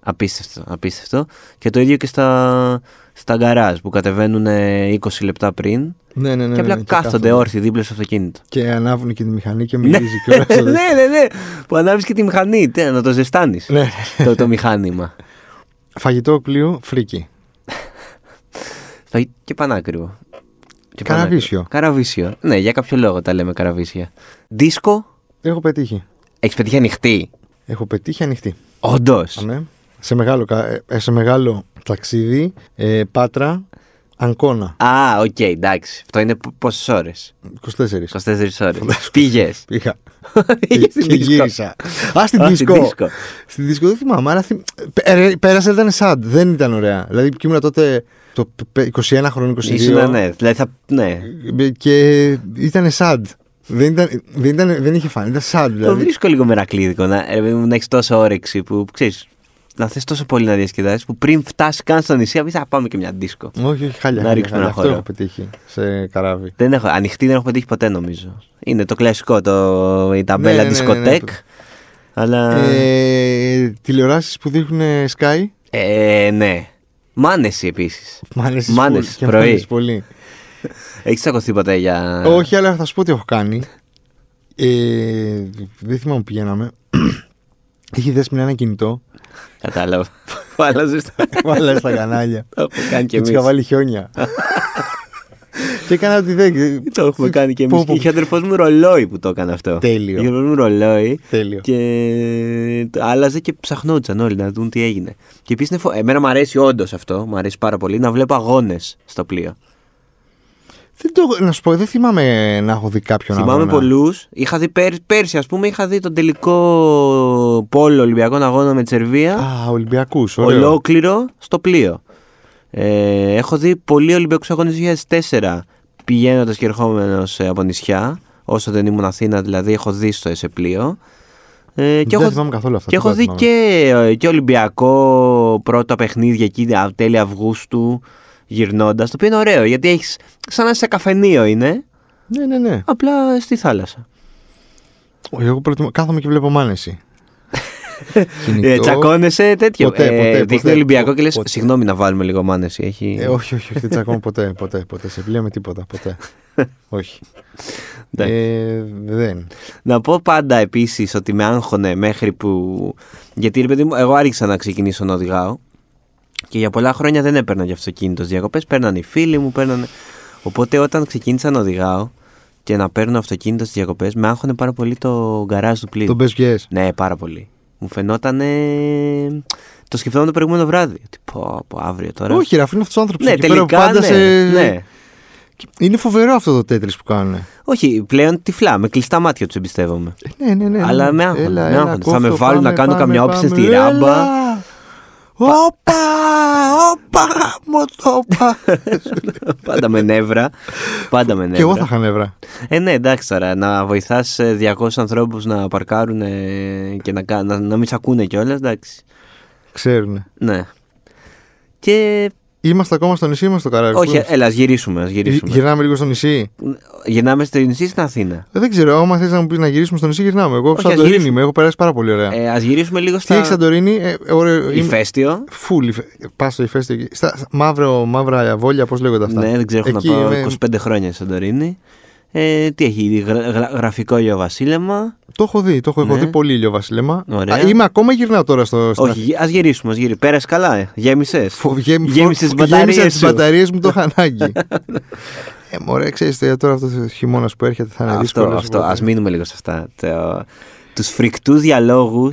S2: Απίστευτο, απίστευτο. Και το ίδιο και στα, στα γκαράζ που κατεβαίνουν ε, 20 λεπτά πριν
S1: Ναι, ναι, ναι.
S2: και απλά
S1: ναι,
S2: κάθονται, όρθιοι δίπλα στο αυτοκίνητο.
S1: Και ανάβουν και τη μηχανή και
S2: Ναι,
S1: μυρίζει κιόλας.
S2: ναι, ναι, ναι. Που ανάβεις και τη μηχανή. Τι, να το ζεστάνεις
S1: Ναι.
S2: το, το μηχάνημα.
S1: Φαγητό πλοίο, φρίκι.
S2: Θα- και πανάκριβο. Και
S1: Καραβίσιο.
S2: πανάκριβο. Καραβίσιο. Ναι, για κάποιο λόγο τα λέμε καραβίσια. Δίσκο.
S1: Έχω πετύχει.
S2: Έχεις πετύχει ανοιχτή.
S1: Έχω πετύχει ανοιχτή.
S2: Όντως.
S1: Αμέ. Σε μεγάλο, κα- ε, σε μεγάλο ταξίδι, ε, Πάτρα, Αγκώνα,
S2: Α, οκ, εντάξει. Αυτό είναι πόσες ώρες.
S1: 24.
S2: 24 ώρε. Πήγες.
S1: Πήγα.
S2: Πήγες
S1: και
S2: στην δίσκο.
S1: γύρισα. Α, στην
S2: Α,
S1: δίσκο.
S2: στην δίσκο.
S1: Στην δίσκο δεν θυμάμαι, αλλά θυμ... Πε- ε, ρε, πέρασα, ήταν sad, δεν ήταν ωραία. Δηλαδή, και ήμουνα τότε το π- 21 χρόνο, 22.
S2: Ήσουν, ναι. Δηλαδή θα. Ναι.
S1: και ήταν sad. Δεν, ήταν, δεν, ήταν, δεν είχε φάνη, ήταν sad
S2: Το
S1: δηλαδή.
S2: βρίσκω λίγο μερακλείδικο να, ρε παιδί μου, να έχεις τόσο όρεξη που ξέρεις. Να θες τόσο πολύ να διασκεδάσεις που πριν φτάσεις καν στο νησί, απει θα πάμε και μια δίσκο.
S1: όχι, όχι, χάλια.
S2: Να
S1: χάλια,
S2: ρίξουμε
S1: χάλια.
S2: ένα
S1: Αυτό
S2: χώρο.
S1: έχω πετύχει σε καράβι.
S2: Δεν έχω, ανοιχτή δεν έχω πετύχει ποτέ νομίζω. Είναι το κλασικό, το, η ταμπέλα
S1: Ναι, ναι, ναι, ναι, ναι.
S2: δισκοτέκ. Αλλά. Ε,
S1: Ε, Τηλεοράσεις που δείχνουν ε, Sky.
S2: ναι. Μάνεση επίσης.
S1: Μ' αρέσει
S2: Μ'
S1: πολύ.
S2: άρεσε,
S1: και μ'
S2: πρωί.
S1: αρέσει πολύ.
S2: Έχεις τσακωθεί ποτέ για.
S1: Όχι, αλλά θα σου πω τι έχω κάνει. Ε, δεν θυμάμαι που πηγαίναμε. Είχε δέσμευνα ένα κινητό.
S2: Κατάλαβα. Που άλλαζε. το-
S1: Βάλα στα κανάλια.
S2: Το έχουμε κάνει και
S1: Και του
S2: εμεί.
S1: είχα βάλει χιόνια. και έκανα ότι δεν.
S2: Το έχουμε κάνει και εμεί.
S1: Πω, πω.
S2: Είχε ο αδερφός μου ρολόι που το έκανε αυτό.
S1: Τέλειο.
S2: Είχε ο αδερφό μου ρολόι.
S1: Τέλειο.
S2: Και το άλλαζε και ψαχνόντουσαν όλοι να δουν τι έγινε. Και επίσης, φο... εμένα μου αρέσει όντως αυτό, μου αρέσει πάρα πολύ, να βλέπω αγώνες στο πλοίο.
S1: Δεν το, να σου πω, δεν θυμάμαι να έχω δει κάποιον
S2: Θυμάμαι
S1: αγώνα.
S2: πολλούς. Είχα δει πέρ... πέρσι, ας πούμε, είχα δει τον τελικό πόλο Ολυμπιακών Αγώνων με τη Σερβία.
S1: Α, Ολυμπιακούς.
S2: ολόκληρο στο πλοίο. Ε, έχω δει πολλοί Ολυμπιακούς Αγώνες 2004 πηγαίνοντας και ερχόμενος από νησιά. Όσο δεν ήμουν Αθήνα, δηλαδή, έχω δει στο ΕΣΕ πλοίο. Ε, και
S1: Δεν
S2: έχω,
S1: θυμάμαι καθόλου αυτά. τι
S2: και έχω
S1: τα
S2: δει
S1: θυμάμαι.
S2: και, και Ολυμπιακό πρώτα παιχνίδια εκεί α, τέλη Αυγούστου γυρνώντας. Το οποίο είναι ωραίο γιατί έχεις. σαν να είσαι σε καφενείο είναι,
S1: Ναι, ναι, ναι.
S2: απλά στη θάλασσα.
S1: Όχι, Εγώ προτιμώ- Κάθομαι και βλέπω μάνεση. Κινητό.
S2: Ε, τσακώνεσαι τέτοιο. Ε,
S1: Ποτέ, ποτέ,
S2: δείχνει
S1: ποτέ,
S2: Ολυμπιακό και λες:
S1: ποτέ.
S2: Συγγνώμη να βάλουμε λίγο μάνεση. Έχει...
S1: Ε, όχι, όχι, όχι, δεν τσακώνω ποτέ, ποτέ, ποτέ. Σε πλοία με τίποτα, ποτέ. όχι.
S2: Εντάξει.
S1: Ε, δεν.
S2: Να πω πάντα επίσης ότι με άγχωνε μέχρι που. Γιατί ρε παιδί μου, εγώ άρχισα να ξεκινήσω να οδηγάω και για πολλά χρόνια δεν έπαιρνα για αυτοκίνητος διακοπές. Παίρνανε οι φίλοι μου, παίρνανε. Οπότε όταν ξεκίνησα να οδηγάω και να παίρνω αυτοκίνητος στι διακοπές, με άγχωνε πάρα πολύ το γκαράζ του πλοίου.
S1: Τον πε
S2: Ναι, πάρα πολύ. Μου φαινόταν. Το σκεφτόμουν το προηγούμενο βράδυ. Ότι πω, πω αύριο τώρα.
S1: Όχι, ρε, αφήνω αυτού του άνθρωπου.
S2: ναι, τελικά.
S1: πάντα
S2: Ναι,
S1: σε...
S2: ναι.
S1: Είναι φοβερό αυτό το τέτρι που κάνουν. Ε,
S2: Όχι, πλέον τυφλά, με κλειστά μάτια τους εμπιστεύομαι.
S1: Ναι, ναι, ναι. ναι.
S2: Αλλά με άγχωνε, με άγχωνε. Θα με βάλουν να κάνω καμιά όπιση στη ράμπα.
S1: Όπα! Όπα! Μοτόπα!
S2: Ναι, πάντα με νεύρα. Πάντα με νεύρα.
S1: Και εγώ θα είχα νεύρα.
S2: Ε, ναι, εντάξει τώρα. Να βοηθάς 200 ανθρώπους να παρκάρουν ε, και να, κα- να, να μην σ' ακούνε κιόλας. Εντάξει.
S1: Ξέρουνε.
S2: Ναι. Και.
S1: Είμαστε ακόμα στο νησί, είμαστε στο καράβι. Πού
S2: Όχι,
S1: είμαστε?
S2: έλα, ας γυρίσουμε. Ας
S1: Γυ-
S2: γυρίσουμε.
S1: Γυρνάμε λίγο στο νησί.
S2: Γυρνάμε στο νησί ή στην Αθήνα.
S1: Ε, Δεν ξέρω, άμα θες να μου πεις να γυρίσουμε στο νησί, γυρνάμε. Εγώ
S2: Όχι,
S1: στο
S2: ας
S1: Σαντορίνη
S2: γυρίσουμε.
S1: είμαι, έχω περάσει πάρα πολύ ωραία.
S2: Ε, Ας γυρίσουμε λίγο
S1: Τι έχει
S2: στα.
S1: Σαντορίνη, ε, ωραίο. είμαι-
S2: Ηφαίστειο.
S1: Φουλ, υφε- πας στο ηφαίστειο εκεί. Στα στα- μαύρο, μαύρα βόλια, πώς λέγονται αυτά.
S2: Ναι, δεν ξέρω, έχω να
S1: Εκεί
S2: πάω
S1: είμαι-
S2: 25 χρόνια στη Σαντορίνη. Ε, τι έχει, γρα- γρα- γραφικό ηλιοβασίλεμα.
S1: Το έχω δει, το έχω, έχω
S2: Ναι.
S1: δει πολύ ήλιο βασίλεμα.
S2: Ωραία.
S1: Α, Είμαι ακόμα γυρνάω τώρα στο. στην
S2: Όχι, ας γυρίσουμε, ας γυρίσουμε. Πέρασε καλά, ε. γέμισες.
S1: Φο- γέμι- φο-
S2: Γέμισες τις
S1: φο-
S2: μπαταρίε.
S1: γέμισα τις μπαταρίες μου, το είχα ανάγκη. ε, μωρέ, ξέρεις, τε- τώρα αυτός ο χειμώνας που έρχεται θα είναι
S2: Αυτό,
S1: δύσκολος.
S2: αυτό. Ας μείνουμε λίγο σε αυτά. Το... Τους φρικτούς διαλόγους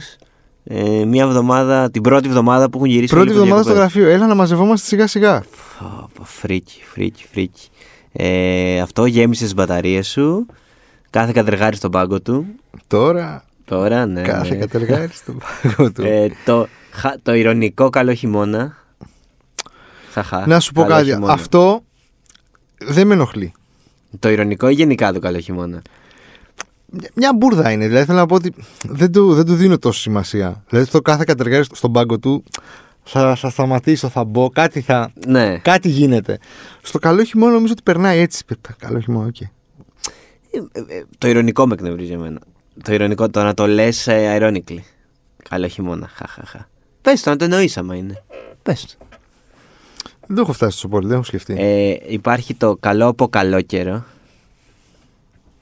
S2: ε, μία εβδομάδα, την πρώτη εβδομάδα που έχουν γυρίσει.
S1: Πρώτη
S2: όλοι από
S1: εβδομάδα στο
S2: διακοπές.
S1: γραφείο. Έλα να μαζευόμαστε σιγά σιγά.
S2: Πω, πω, Φρίκι, φρίκι, φρίκι. Ε, αυτό γέμισε τις μπαταρίες σου. Κάθε κατεργάρι στον πάγκο του.
S1: Τώρα
S2: Τώρα, ναι.
S1: κάθε
S2: ναι.
S1: κατεργάρι στον πάγκο του.
S2: Ε, το, χα- το ηρωνικό καλό χειμώνα. Χαχα,
S1: να σου πω
S2: καλό
S1: κάτι.
S2: χειμώνα.
S1: Αυτό δεν με ενοχλεί.
S2: Το ηρωνικό ή γενικά το καλό χειμώνα.
S1: Μια- Μια μπουρδα είναι. Δηλαδή θέλω να πω ότι δεν του, δεν του δίνω τόσο σημασία. Δηλαδή το κάθε κατεργάρι στο- στον πάγκο του θα, θα σταματήσω, θα μπω, κάτι θα.
S2: Ναι.
S1: Κάτι γίνεται. Στο καλό χειμώνα νομίζω ότι περνάει έτσι. Καλό χειμώνα, οκ.
S2: Ε, ε, Το ηρωνικό με εκνευρίζει εμένα. Το ηρωνικό, το να το λες ironically. Καλό χειμώνα. Χαχαχα. Πες το, να το εννοείς άμα είναι. Πες το.
S1: Δεν το έχω φτάσει τόσο πολύ, δεν έχω σκεφτεί.
S2: Ε, υπάρχει το καλό από καλό καιρό.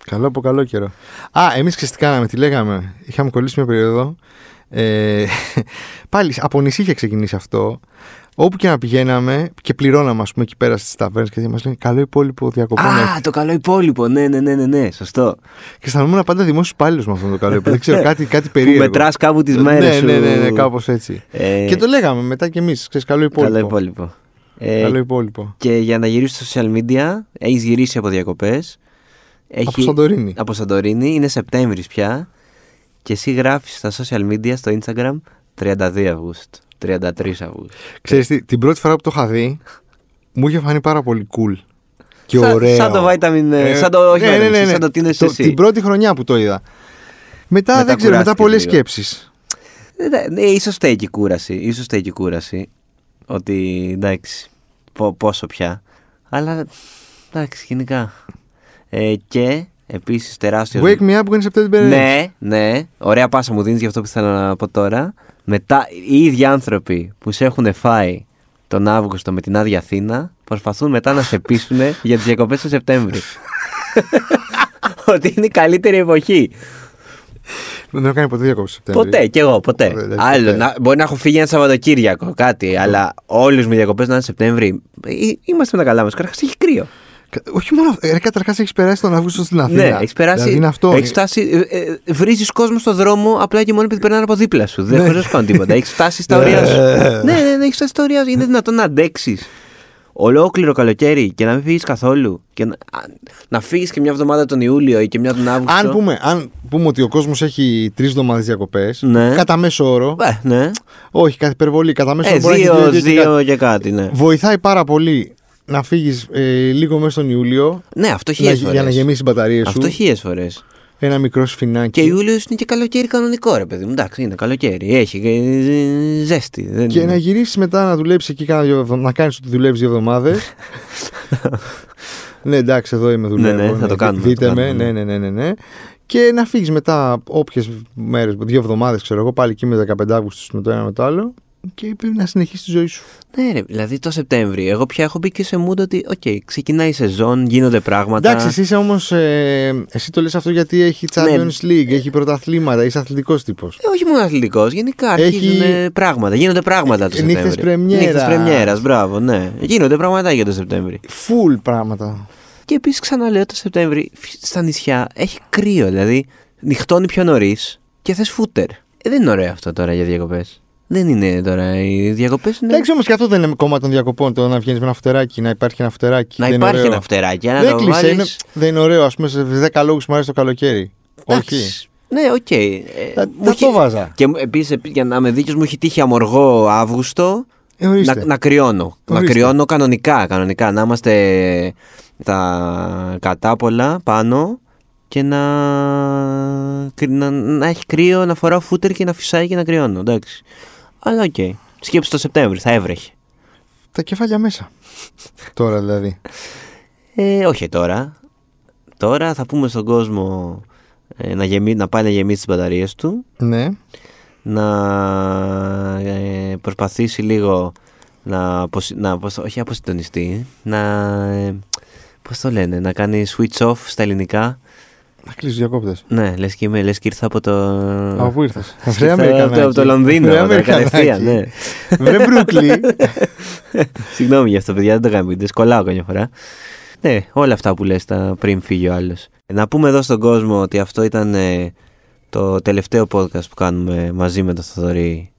S1: Καλό από καλό καιρό. Α, εμείς ξέρεις τι κάναμε, τι λέγαμε. Είχαμε κολλήσει μια περίοδο. Ε, πάλι από νησί είχε ξεκινήσει αυτό. Όπου και να πηγαίναμε και πληρώναμε, ας πούμε, εκεί πέρα στις ταβέρνες και μας λένε Καλό υπόλοιπο διακοπών.
S2: Α, το καλό υπόλοιπο. Ναι, ναι, ναι, ναι, ναι. σωστό.
S1: Και αισθανόμουν πάντα δημόσιος υπάλληλος με αυτό το καλό υπόλοιπο. δεν ξέρω, κάτι, κάτι
S2: Ναι. Που
S1: περίεργο.
S2: μετράς κάπου τις μέρες.
S1: ναι, ναι, ναι, ναι, κάπως έτσι.
S2: Ε,
S1: Και το λέγαμε μετά κι εμεί. Καλό υπόλοιπο.
S2: Καλό υπόλοιπο. Ε,
S1: Καλό υπόλοιπο.
S2: Και για να γυρίσει στα social media, έχεις γυρίσει από διακοπές.
S1: Από Σαντορίνη.
S2: Από Σαντορίνη, είναι Σεπτέμβρης πια. Και εσύ γράφεις στα social media, στο Instagram, 32 Αυγούστου. 33 Αυγούστου.
S1: Ξέρεις τι, την πρώτη φορά που το είχα δει, μου είχε φανεί πάρα πολύ cool. Και
S2: Σαν-
S1: ωραίο. ναι,
S2: σαν το vitamin, ε, σαν το- όχι vitamin C, σαν το τι είναι εσύ.
S1: Την πρώτη χρονιά που το είδα. Μετά,
S2: Μετά
S1: δεν ξέρω, μετά
S2: κουράστηκες
S1: πολλές
S2: λίγο.
S1: σκέψεις.
S2: Ε, ναι, Ναι, ίσως φταίει και η κούραση. Ίσως φταίει και η κούραση. Ότι εντάξει, πο- πόσο πια. Αλλά εντάξει, γενικά. Ε, και επίσης τεράστιο.
S1: Wake me up που είναι September.
S2: Ναι, ναι. Ωραία πάσα μου δίνεις για αυτό που θέλω να πω τώρα. Μετά, οι ίδιοι άνθρωποι που σε έχουν φάει τον Αύγουστο με την άδεια Αθήνα προσπαθούν μετά να σε πείσουν για τις διακοπές του Σεπτέμβρη. Ότι είναι η καλύτερη εποχή.
S1: Δεν έχω κάνει ποτέ διακόπτη Σεπτέμβρη.
S2: Ποτέ, κι εγώ, ποτέ.
S1: Ποτέ, δεν
S2: Άλλο,
S1: ποτέ.
S2: να, μπορεί να έχω φύγει ένα Σαββατοκύριακο, κάτι, αλλά όλε μου οι διακοπές να είναι Σεπτέμβρη. Ε, Είμαστε με τα καλά μας. Καταρχάς έχει κρύο.
S1: Κα- Όχι μόνο. Ε, Καταρχάς έχεις περάσει τον Αύγουστο στην Αθήνα.
S2: Ναι, έχεις περάσει.
S1: Δηλαδή είναι αυτό.
S2: Έχεις φτάσει. Ε, ε, Βρίζεις κόσμο στον δρόμο απλά και μόνο επειδή περνάνε από δίπλα σου. Δεν χωρίς να σου κάνουν τίποτα. Έχεις φτάσει στα ωριά σου.
S1: Ναι.
S2: ναι, ναι, ναι, έχεις φτάσει στα ωριά σου. Είναι δυνατόν να αντέξεις ολόκληρο καλοκαίρι και να μην φύγεις καθόλου. Και να, α, να φύγεις και μια εβδομάδα τον Ιούλιο ή και μια τον Αύγουστο.
S1: Αν πούμε, αν πούμε ότι ο κόσμος έχει τρεις εβδομάδες διακοπές,
S2: Ναι.
S1: κατά μέσο όρο.
S2: Ε, ναι.
S1: Όχι, κάθε υπερβολή, κατά μέσο
S2: Ε,
S1: όρο. μπορεί να έχει
S2: δύο,
S1: και κάτι.
S2: δύο και κάτι, ναι.
S1: Βοηθάει πάρα πολύ να φύγεις λίγο μέσα στον Ιούλιο
S2: Ναι, αυτό
S1: να,
S2: χίλιε φορές.
S1: για να γεμίσεις μπαταρίες σου.
S2: Αυτό χίλιες φορές.
S1: Ένα μικρό
S2: Και
S1: σφινάκι.
S2: Ιούλιος είναι και καλοκαίρι κανονικό, ρε παιδί μου. Εντάξει, είναι καλοκαίρι. Έχει και ζέστη. Δεν...
S1: Και να γυρίσεις μετά να δουλέψεις εκεί, κάνα δύο εβδο- να κάνεις ότι δουλεύεις δύο εβδομάδες. ναι, εντάξει, εδώ είμαι δουλεύω.
S2: Ναι, ναι, θα το κάνουμε, θα
S1: Δείτε
S2: το
S1: με,
S2: κάνουμε,
S1: ναι, ναι, ναι, ναι, ναι. Και να φύγεις μετά όποιες μέρες, δύο εβδομάδες ξέρω εγώ, πάλι εκεί με 15 Αύγουστου με το ένα με το άλλο. Και πρέπει να συνεχίσει τη ζωή σου.
S2: Ναι, ρε, δηλαδή το Σεπτέμβρη. Εγώ πια έχω μπει και σε mood ότι, οκ, ξεκινάει η σεζόν, γίνονται πράγματα.
S1: Εντάξει, εσύ είσαι όμως. εσύ το λες αυτό γιατί έχει
S2: Ναι.
S1: Champions League, έχει πρωταθλήματα, είσαι αθλητικός τύπος.
S2: Ε, όχι μόνο αθλητικός, γενικά
S1: Έχει-
S2: αρχίζουν ε, πράγματα. Γίνονται πράγματα το
S1: Ε, νύχτες
S2: Σεπτέμβρη.
S1: πρεμιέρας.
S2: Νύχτες πρεμιέρας, μπράβο, ναι. Γίνονται πράγματα για το Σεπτέμβρη.
S1: Φουλ πράγματα.
S2: Και επίσης ξαναλέω το Σεπτέμβρη φυ- στα νησιά έχει κρύο, δηλαδή νυχτώνει πιο νωρίς και θες φούτερ. Ε, δεν είναι ωραίο αυτό τώρα για διακοπές. Δεν είναι τώρα. Οι διακοπές είναι.
S1: Εντάξει, όμως και αυτό δεν είναι κόμμα των διακοπών. Το να βγαίνεις με ένα φτεράκι, να υπάρχει ένα φτεράκι.
S2: να
S1: δεν είναι
S2: υπάρχει
S1: ωραίο.
S2: ένα φτεράκι, αλλά να
S1: Δεν
S2: το
S1: κλείσε.
S2: βάλεις...
S1: είναι- Δεν είναι ωραίο. Ας πούμε, σε 10 λόγους μου αρέσει το καλοκαίρι.
S2: Εντάξει,
S1: Όχι.
S2: Ναι, οκ. Ε,
S1: Θα-
S2: μου
S1: θα
S2: είχε-
S1: το βάζα.
S2: Και επίση, για να είμαι δίκαιος, μου έχει τύχει αμοργό Αύγουστο
S1: Ε, ορίστε.
S2: να, να κρυώνω. Να
S1: Ορίστε.
S2: κρυώνω κανονικά, κανονικά. Να είμαστε τα κατάπολα πάνω και να, κρυ- να, να έχει κρύο, να φοράω φούτερ και να φυσάει και να κρυώνω. Εντάξει. Αλλά οκ. Σκέψου το Σεπτέμβρη, θα έβρεχε.
S1: Τα κεφάλια μέσα. Τώρα δηλαδή.
S2: Ε, όχι τώρα. Τώρα θα πούμε στον κόσμο ε, να, γεμί, να πάει να γεμίσει τις μπαταρίες του
S1: Ναι.
S2: να ε, προσπαθήσει λίγο να, αποσυ- να πώς- όχι αποσυντονιστεί, να, ε, πώς το λένε, να κάνει switch off στα ελληνικά.
S1: Να κλείσει διακόπτες.
S2: Ναι, λες και, είμαι, λες και ήρθα από το...
S1: Από πού ήρθες.
S2: ήρθα από Ναι. το- από το Λονδίνο,
S1: Βρε
S2: από τα κατευθείαν, ναι.
S1: Αμερικανάκι. Βρε Μπρούκλι. Ε,
S2: Συγγνώμη για αυτό, παιδιά, δεν το κάνετε. Σκολάω καμιά φορά. Ναι, όλα αυτά που λες τα πριν φύγει ο άλλος. Να πούμε εδώ στον κόσμο ότι αυτό ήταν ε, το τελευταίο podcast που κάνουμε μαζί με τον Θοδωρή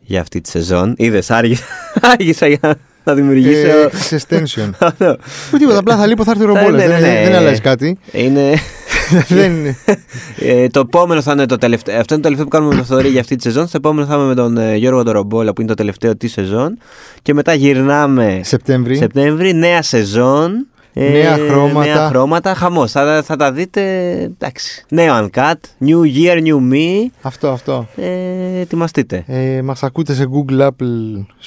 S2: για αυτή τη σεζόν. Είδες, άργησα, άργησα για να δημιουργήσω.
S1: Ε, Σε extension.
S2: Αυτό.
S1: Ούτε τίποτα, απλά θα λείπω, θα έρθει ο Ρομπόλας.
S2: Ναι, ναι,
S1: Δεν
S2: ναι.
S1: δεν αλλάζει κάτι.
S2: είναι.
S1: Δεν είναι.
S2: ε, το επόμενο θα είναι το τελευταίο. Αυτό είναι το τελευταίο που κάνουμε με τον Θοδωρή για αυτή τη σεζόν. Στο επόμενο θα είμαι με τον ε, Γιώργο Ντορομπόλα που είναι το τελευταίο της σεζόν. Και μετά γυρνάμε.
S1: Σεπτέμβρη.
S2: Σεπτέμβρη, νέα σεζόν. Ε,
S1: Νέα χρώματα.
S2: Νέα χρώματα, χαμός. Θα, θα τα δείτε. Εντάξει. Νέο Uncut. New Year, New Me.
S1: Αυτό, αυτό.
S2: Ε, ετοιμαστείτε.
S1: Ε, Μας ακούτε σε Google, Apple,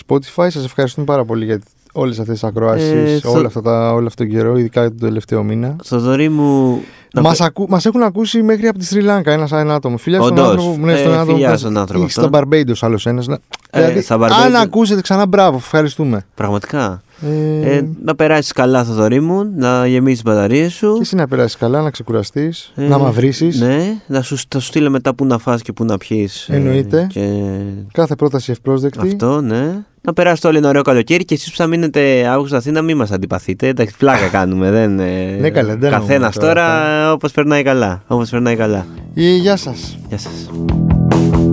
S1: Spotify. Σας ευχαριστούμε πάρα πολύ για όλες αυτές τις
S2: Ε,
S1: ακροάσει,
S2: στο-
S1: όλα αυτά τα- όλο αυτόν τον καιρό, ειδικά τον τελευταίο μήνα.
S2: Στο δωρή μου. να
S1: Μας
S2: πω-
S1: ακου... μας έχουν ακούσει μέχρι από τη Σρι Λάνκα ένας, ένα άτομο. Φιλιά στον
S2: Όντως.
S1: άνθρωπο. Ναι,
S2: Ε,
S1: στον άνθρωπο.
S2: φιλιά
S1: που-
S2: στον άνθρωπο
S1: ή Στον
S2: αυτόν.
S1: Μπαρμπέιντο άλλος ένας.
S2: Ε, στα
S1: δηλαδή, αν
S2: Barbados-
S1: ακούσετε ξανά, μπράβο, ευχαριστούμε.
S2: Πραγματικά.
S1: Ε,
S2: Ε, να περάσεις καλά, Θοδωρή μου. Να γεμίσεις τι μπαταρίε
S1: Και
S2: σου.
S1: εσύ να περάσεις καλά, να ξεκουραστείς,
S2: Ε,
S1: να μαυρίσεις.
S2: Ναι, να σου θα σου στείλω μετά που να φας και που να πιείς ε,
S1: Εννοείται.
S2: και
S1: Κάθε πρόταση ευπρόσδεκτη.
S2: Αυτό, ναι. Να περάσετε όλοι ένα ωραίο καλοκαίρι και εσείς που θα μείνετε Αύγουστο Αθήνα, μην μας αντιπαθείτε. Εντάξει, πλάκα κάνουμε. Δεν, ε,
S1: Ναι, καλά, δεν εννοούμε
S2: Καθένα
S1: τώρα
S2: τώρα, όπως περνάει καλά. Όπως περνάει καλά.
S1: Ε, Γεια σας.
S2: Γεια σας.